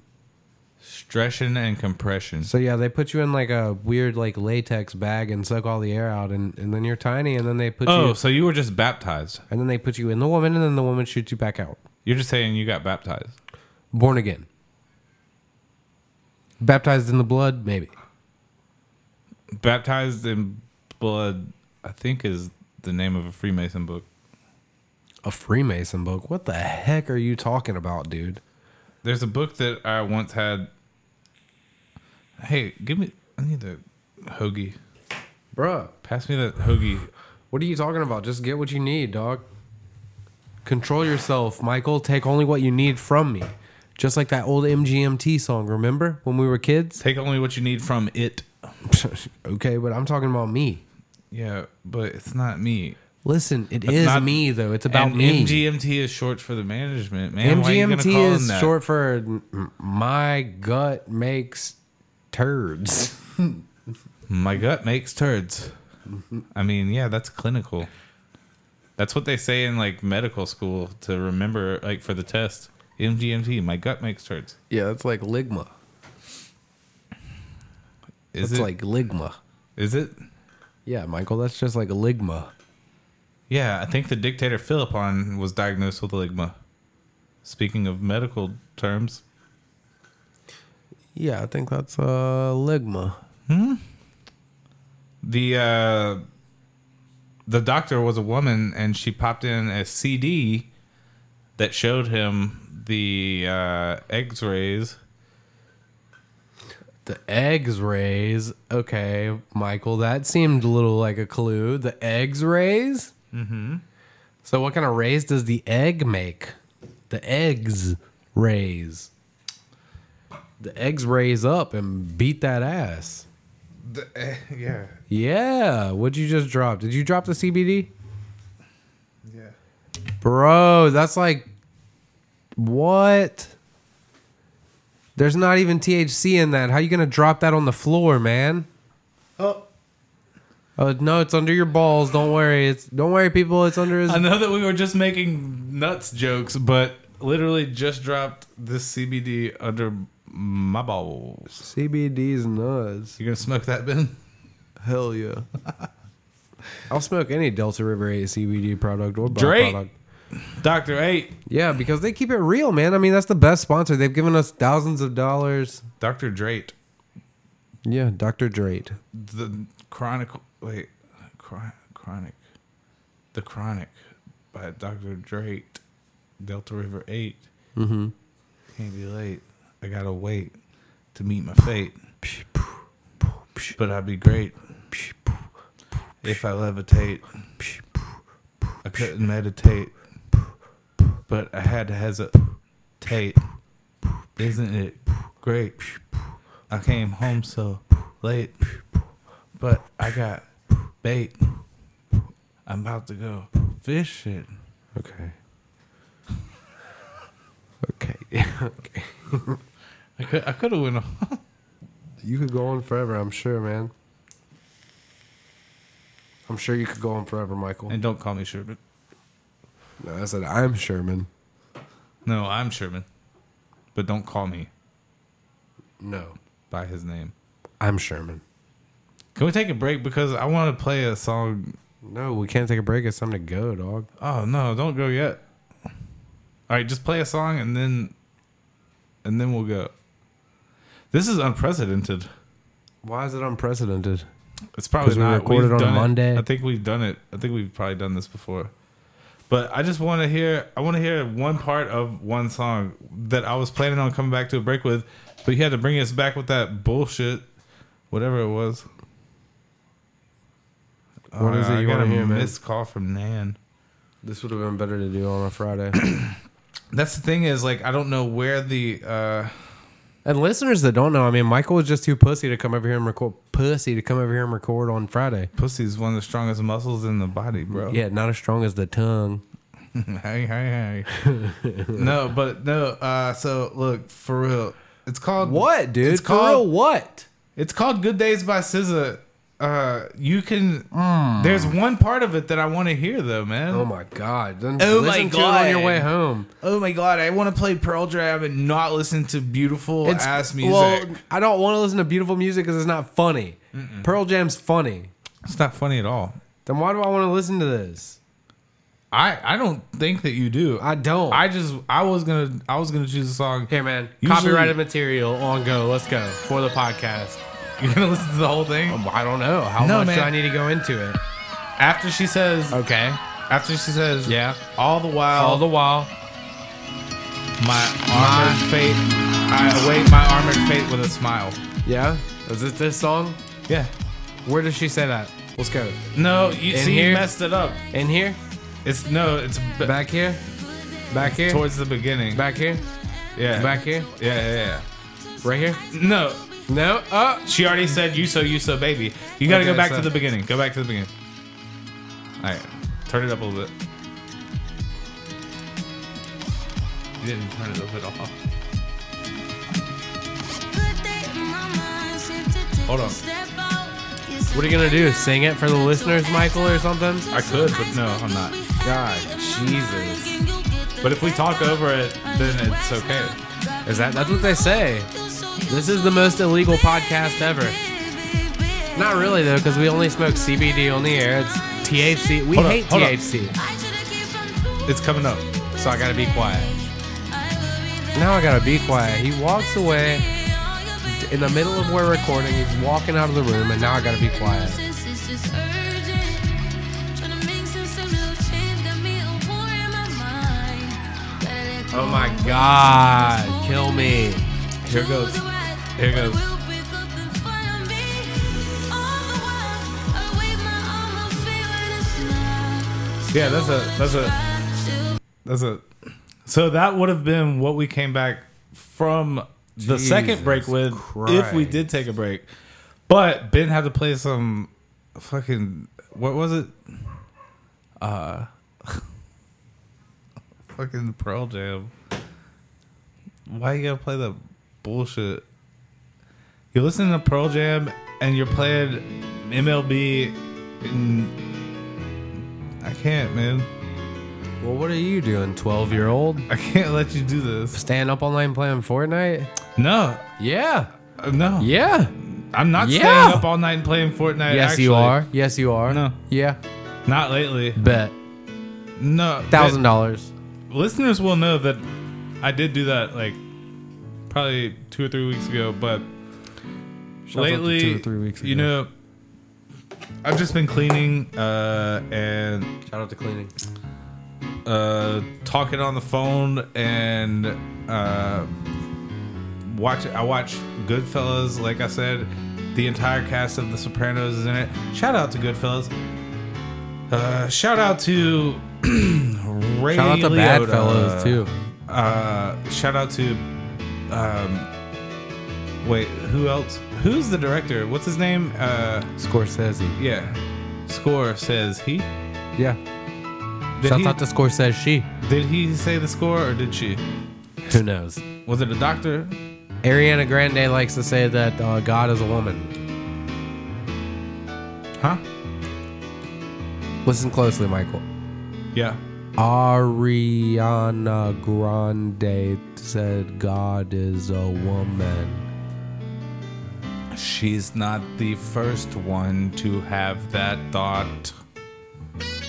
Stretching and compression. So yeah, they put you in like a weird like latex bag and suck all the air out, and, and then you're tiny, and then they put Oh, you so you were just baptized. and then they put you in the woman, and then the woman shoots you back out, You're just saying you got baptized. born again, baptized in the blood, maybe. Baptized in blood, I think, is the name of a Freemason book. A Freemason book? What the heck are you talking about, dude? There's a book that I once had. Hey, give me. I need a hoagie. Bruh, Pass me that hoagie. what are you talking about? Just get what you need, dog. Control yourself, Michael. Take only what you need from me. Just like that old MGMT song, remember when we were kids? Take only what you need from it. okay, but I'm talking about me. Yeah, but it's not me. Listen, it is not- me though. It's about and me. MGMT is short for the management man. Why you gonna MGMT call them is that? short for m- my gut makes turds. My gut makes turds. Mm-hmm. I mean, yeah, that's clinical. That's what they say in like medical school to remember, like for the test. MGMT, my gut makes turds. Yeah, that's like ligma. Is that's it? like ligma. is it? Yeah, Michael, that's just like ligma. Yeah, I think the dictator Philippon was diagnosed with ligma. Speaking of medical terms, Yeah, I think that's uh ligma. the uh, the doctor was a woman, and she popped in a CD that showed him the uh, X-rays. The eggs rays. Okay, Michael, that seemed a little like a clue. The eggs rays? Mm-hmm. So what kind of rays does the egg make? The eggs rays. The eggs raise up and beat that ass. yeah, Yeah. What'd you just drop? Did you drop the CBD? yeah. Bro, that's like what? There's not even THC in that. How you gonna drop that on the floor, man? Oh. Oh no, it's under your balls. Don't worry. It's don't worry, people. It's under his. I know that we were just making nuts jokes, but literally just dropped this CBD under my balls. CBD's nuts. You gonna smoke that, Ben? Hell yeah. I'll smoke any Delta River 8 CBD product or Drake. product. Doctor Eight, Yeah, because they keep it real, man. I mean, that's the best sponsor. They've given us thousands of dollars. Doctor Drake, Yeah, Dr. Drake. the chronic. Wait, Chron- chronic, the chronic by Doctor Drake, Delta River Eight. Mm-hmm. Can't be late. I gotta wait to meet my fate. But I'd be great if I levitate. I couldn't meditate, but I had to hesitate. Isn't it great? I came home so late, but I got bait. I'm about to go fishing. Okay. Okay. okay. I could, I could have went. on. You could go on forever, I'm sure, man. I'm sure you could go on forever, Michael. And don't call me Sherman. No, I said I'm Sherman. No, I'm Sherman, but don't call me No, by his name. I'm Sherman. Can we take a break because I want to play a song? No, we can't take a break. It's time to go, dog. Oh no, don't go yet. All right, just play a song and then, and then we'll go. This is unprecedented. Why is it unprecedented? It's probably 'Cause we not. recorded We've on done it. Monday. I think we've done it. I think we've probably done this before. But I just want to hear. I want to hear one part of one song that I was planning on coming back to a break with, but you had to bring us back with that bullshit, whatever it was. What is it I you got wanna a Uh, hear, man? missed call from Nan. This would have been better to do on a Friday. That's the thing is like I don't know where the. uh and listeners that don't know, I mean, Michael was just too pussy to come over here and record. Pussy to come over here and record on Friday. Pussy's one of the strongest muscles in the body, bro. Yeah, not as strong as the tongue. hey, hey, hey. no, but no. Uh, so look, for real, it's called What, dude? It's For called real, what? it's called Good Days by SZA, uh, you can. There's one part of it that I want to hear though, man. Mm. Oh my god! Then Oh listen my to it on your God. way home. Oh my god, I want to play Pearl Jam and not listen to beautiful ass music. I don't want to listen to beautiful music because it's not funny. Pearl Jam's funny. it's not funny at all. Then why do I want to listen to this? I I don't think that you do. I don't. I just I was gonna I was gonna choose a song. Here, man. Usually- Copyrighted material on go. Let's go for the podcast. You're gonna listen to the whole thing Um, I don't know how No, much do man. I need to go into it. after she says Okay. after she says Yeah. all the while All the while, my armored fate I await my armored fate with a smile. yeah. Is it this song? Yeah. Where does she say that? Let's go. No, you In see here? you messed it up. In here, It's no, it's b- back here, back here, towards the beginning. back here, yeah. back here, Yeah, yeah, right here. yeah. No, No. Oh, she already said you so you so baby. You gotta Okay, go back so- to the beginning. Go back to the beginning. All right, turn it up a little bit. You didn't turn it up at all. Hold on. what are you gonna do? Sing it for the listeners, Michael, or something? I could, but no, I'm not. God, Jesus. But if we talk over it, then it's okay. Is that that's what they say? This is the most illegal podcast ever. Not really though, because we only smoke CBD on the air. It's THC. We Hold on, hate hold on. THC, It's coming up. so I gotta be quiet. Now I gotta be quiet. He walks away in the middle of we're recording. He's walking out of the room, and now I gotta be quiet. Oh my God! Kill me. Here goes. Here goes. Yeah, that's a that's a that's a. So that would have been what we came back from the second break with if we did take a break. But Ben had to play some fucking what was it? Uh, fucking Pearl Jam. Why you gotta play that bullshit? You're listening to Pearl Jam and you're playing MLB. And I can't, man. Well, what are you doing, twelve-year-old? I can't let you do this. Staying up all night and playing Fortnite? No, Yeah. uh, no. Yeah. I'm not Yeah. staying up all night and playing Fortnite. Yes, actually. you are. Yes, you are. No. Yeah. Not lately. Bet. No. Thousand dollars. but Listeners will know that I did do that like probably two or three weeks ago, but out to lately, two or three weeks you ago. know, I've just been cleaning uh, and Shout out to cleaning. uh, talking on the phone and uh, watch. I watch Goodfellas. Like I said, the entire cast of The Sopranos is in it. Shout out to Goodfellas. Uh, shout out to Ray Shout out to Bad Liotta. Fellows too. Uh, shout out to um, wait, who else? Who's the director? What's his name? Uh, Scorsese. yeah, score says he. Yeah. Did Shout he, out to Scorsese. She. did he say the score or did she? Who knows? Was it a doctor? Ariana Grande likes to say that uh, God is a woman. Huh? Listen closely, Michael. Yeah. Ariana Grande said God is a woman. She's not the first one to have that thought.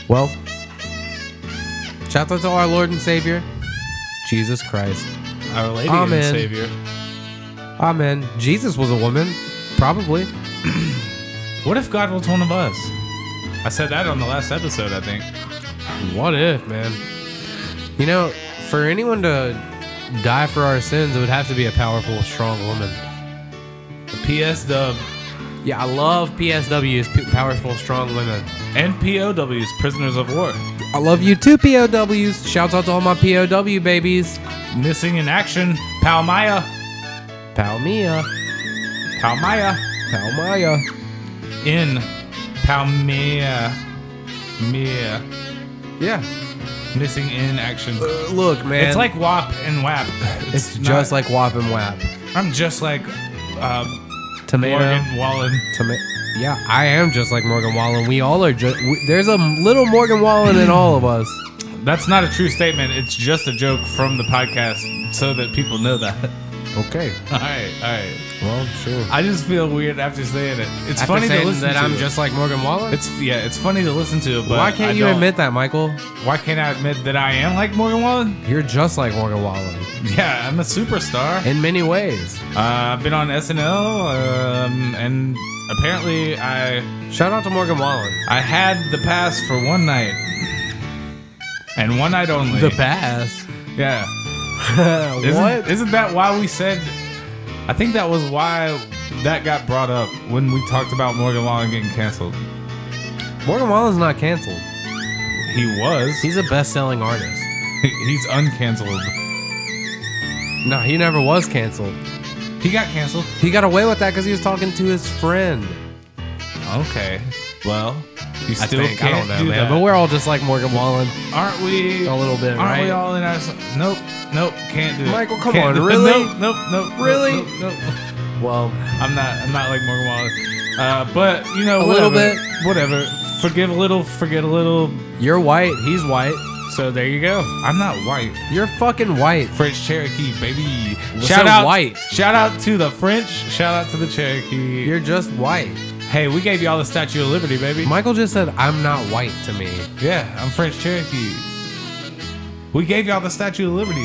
Well, shout out to our Lord and Savior, Jesus Christ. Our Lady Amen. and Savior. Ah, man. Jesus was a woman. Probably. What if God was one of us? I said that on the last episode, I think. What if, man? You know, for anyone to die for our sins, it would have to be a powerful, strong woman. PS Dub Yeah, I love PSWs, p- powerful, strong women. and POWs, prisoners of war. I love you too, POWs. Shouts out to all my POW babies. Missing in action, Palmaya. Palmia. Palmaya. Palmaya. In Palmia. Mia. Yeah. Uh, Missing in action. Look, man. it's like WAP and WAP. it's not- just like Whop and Whap. I'm just like um, Tomato. Morgan Wallen. Toma- Yeah, I am just like Morgan Wallen. We all are just. We, there's a little Morgan Wallen in all of us. That's not a true statement. It's just a joke from the podcast so that people know that. Okay. all right, all right. Well, sure. I just feel weird after saying it. It's After funny to saying listen that to. I'm just like Morgan Wallen. It's yeah, it's funny to listen to, but Why I can't you don't- admit that, Michael? Why can't I admit that I am like Morgan Wallen? You're just like Morgan Wallen Yeah, I'm a superstar. in many ways. Uh, I've been on SNL, um, and apparently I Shout out to Morgan Wallen. I had the pass for one night, and one night only. pass. yeah. Isn't, what? Isn't that why we said? I think that was why that got brought up when we talked about Morgan Wallen getting canceled. Morgan Wallen's not canceled. He was. He's a best-selling artist. He's uncanceled. No, he never was canceled. He got canceled. He got away with that because he was talking to his friend. Okay. Well, you I still think. can't I don't know, do man. that. But we're all just like Morgan Wallen. aren't we A little bit, Aren't right? we all in our? Nope. Nope. Can't do it. Michael, come Can't on, do- really? Nope. Nope. Nope. Really? Nope. nope, nope. Well, I'm not. I'm not like Morgan Wallen. Uh, but you know, A whatever, little bit. Whatever. Forgive a little. Forget a little. you're white. He's white. So there you go. I'm not white. You're fucking white. French Cherokee, baby. What's Shout so out white? Shout out to the French. Shout out to the Cherokee. You're just white. hey, we gave y'all the Statue of Liberty, baby. Michael just said, I'm not white to me. yeah, I'm French Cherokee. We gave y'all the Statue of Liberty.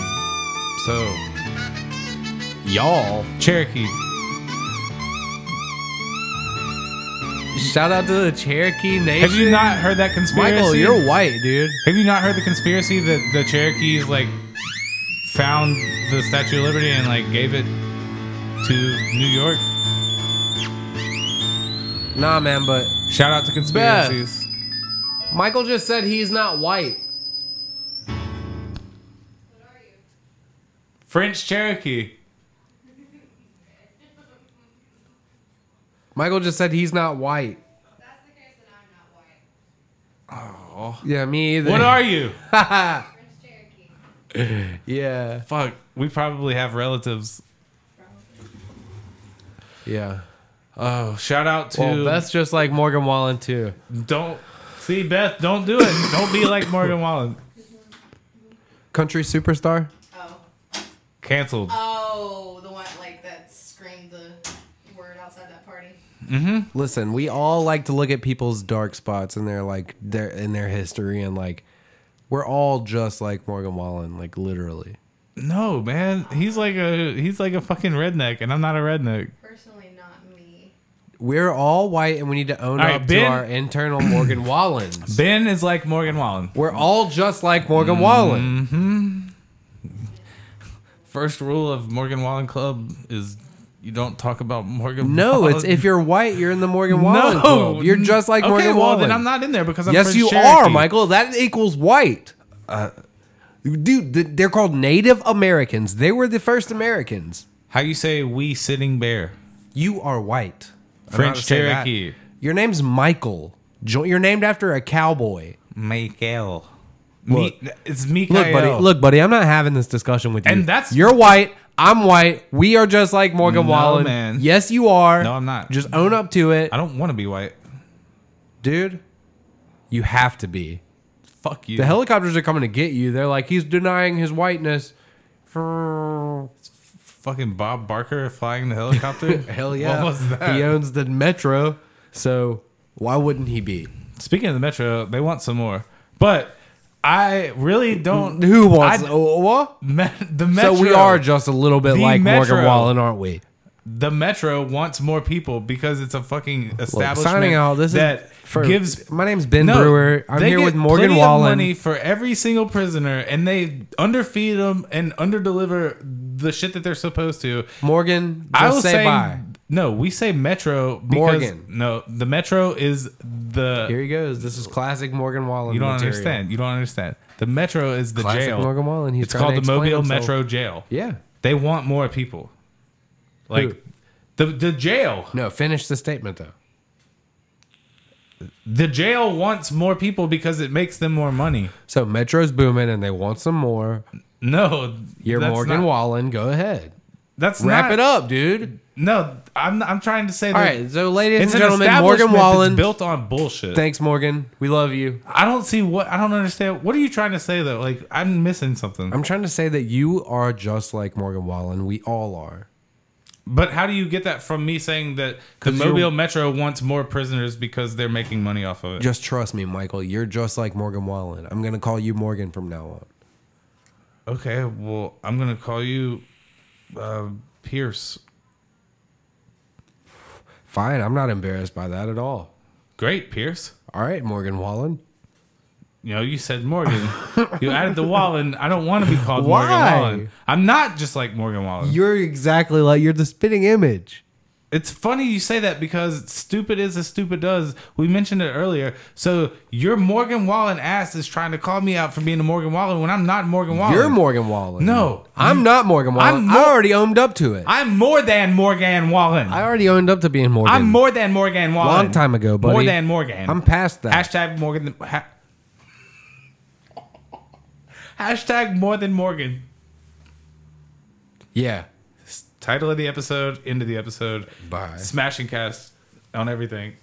So Y'all. Cherokee. Shout out to the Cherokee Nation. Have you not heard that conspiracy? Michael, you're white, dude. Have you not heard the conspiracy that the Cherokees like found the Statue of Liberty and like gave it to New York? Nah, man, but Shout out to conspiracies. Michael just said he's not white. French Cherokee. Michael just said he's not white. Oh. Yeah, me either. What are you? Yeah. Fuck, we probably have relatives. Yeah. Oh, shout out to Well, that's just like Morgan Wallen too. Don't see Beth. Don't do it. don't be like Morgan Wallen. Country superstar. Oh. Cancelled. Oh, the one like that screamed the word outside that party. Listen, we all like to look at people's dark spots and their like their in their history and like we're all just like Morgan Wallen, like literally. No, man. He's like a he's like a fucking redneck, and I'm not a redneck. Personally, not me. We're all white and we need to own All right, up to Ben- our internal Morgan Wallens. Ben is like Morgan Wallen. We're all just like Morgan Mm-hmm. Wallen. First rule of Morgan Wallen Club is you don't talk about Morgan. No, it's Wallen. if you're white, you're in the Morgan Wallen Oh. no, club. You're just like okay, Morgan well, Wallen. Then I'm not in there because I'm yes, French you Cherokee. are, Michael. That equals white. Uh, Dude, th- they're called Native Americans. They were the first Americans. How you say we sitting bear? You are white. I'm not French to say that. Cherokee. Your name's Michael. Jo- You're named after a cowboy. Michael. Look. Me- it's Mikael. Look, buddy. Look, buddy. I'm not having this discussion with you. And that's- you're white. I'm white. We are just like Morgan No, Wallen. man. Yes, you are. No, I'm not. Just own up to it, I don't want to be white. dude. You have to be. Fuck you. The helicopters are coming to get you. They're like, he's denying his whiteness. Hell Fucking Bob Barker flying the helicopter. yeah. What was that? He owns the metro, so why wouldn't he be? Speaking of the Metro, they want some more, but I really don't. Who wants? I- oh, what? Me- the Metro? So we are just a little bit The like Morgan Metro. Wallen, aren't we? the Metro wants more people because it's a fucking Look, establishment signing out. This that is for, gives. My name's Ben No, Brewer. I'm they here get with Morgan plenty of Wallen. money for every single prisoner, and they underfeed them and underdeliver the shit that they're supposed to. Morgan, just I will say, say bye. no. We say Metro because Morgan. no, the Metro is the Here he goes. This is classic Morgan Wallen. You don't material. understand. You don't understand. The metro is the Classic jail. Morgan Wallen. He's it's trying called to the explain Mobile himself. Metro Jail. Yeah. They want more people. Like the the jail. No, finish the statement though. The jail wants more people because it makes them more money. So Metro's booming and they want some more. No, You're that's Morgan not, Wallen. Go ahead. That's Wrap not- it up, dude. No, I'm I'm trying to say that All right, so ladies it's and an gentlemen, Morgan establishment that's Wallen. built on bullshit. Thanks, Morgan. We love you. I don't see what I don't understand. What are you trying to say though? Like I'm missing something. I'm trying to say that you are just like Morgan Wallen. We all are. but how do you get that from me saying that the 'Cause you're- Mobile Metro wants more prisoners because they're making money off of it? Just trust me, Michael. You're just like Morgan Wallen. I'm gonna call you Morgan from now on. Okay, well I'm gonna call you uh, Pierce. Fine. I'm not embarrassed by that at all. Great, Pierce. All right, Morgan Wallen. You know, you said Morgan. you added the Wallen. I don't want to be called Why? Morgan Wallen. I'm not just like Morgan Wallen. You're exactly like you're the spitting image. It's funny you say that because stupid is as stupid does. We mentioned it earlier. So your Morgan Wallen ass is trying to call me out for being a Morgan Wallen when I'm not Morgan Wallen. You're Morgan Wallen. No, I'm not Morgan Wallen. I'm i Mor- already owned up to it. I, I'm more than Morgan Wallen. I, already owned up to being Morgan. am more than Morgan Wallen. Long time ago, buddy. More than Morgan. I'm past that. Hashtag Morgan. Ha- hashtag more than Morgan. yeah. Title of the episode. End of the episode. Bye. Smashing cast on everything.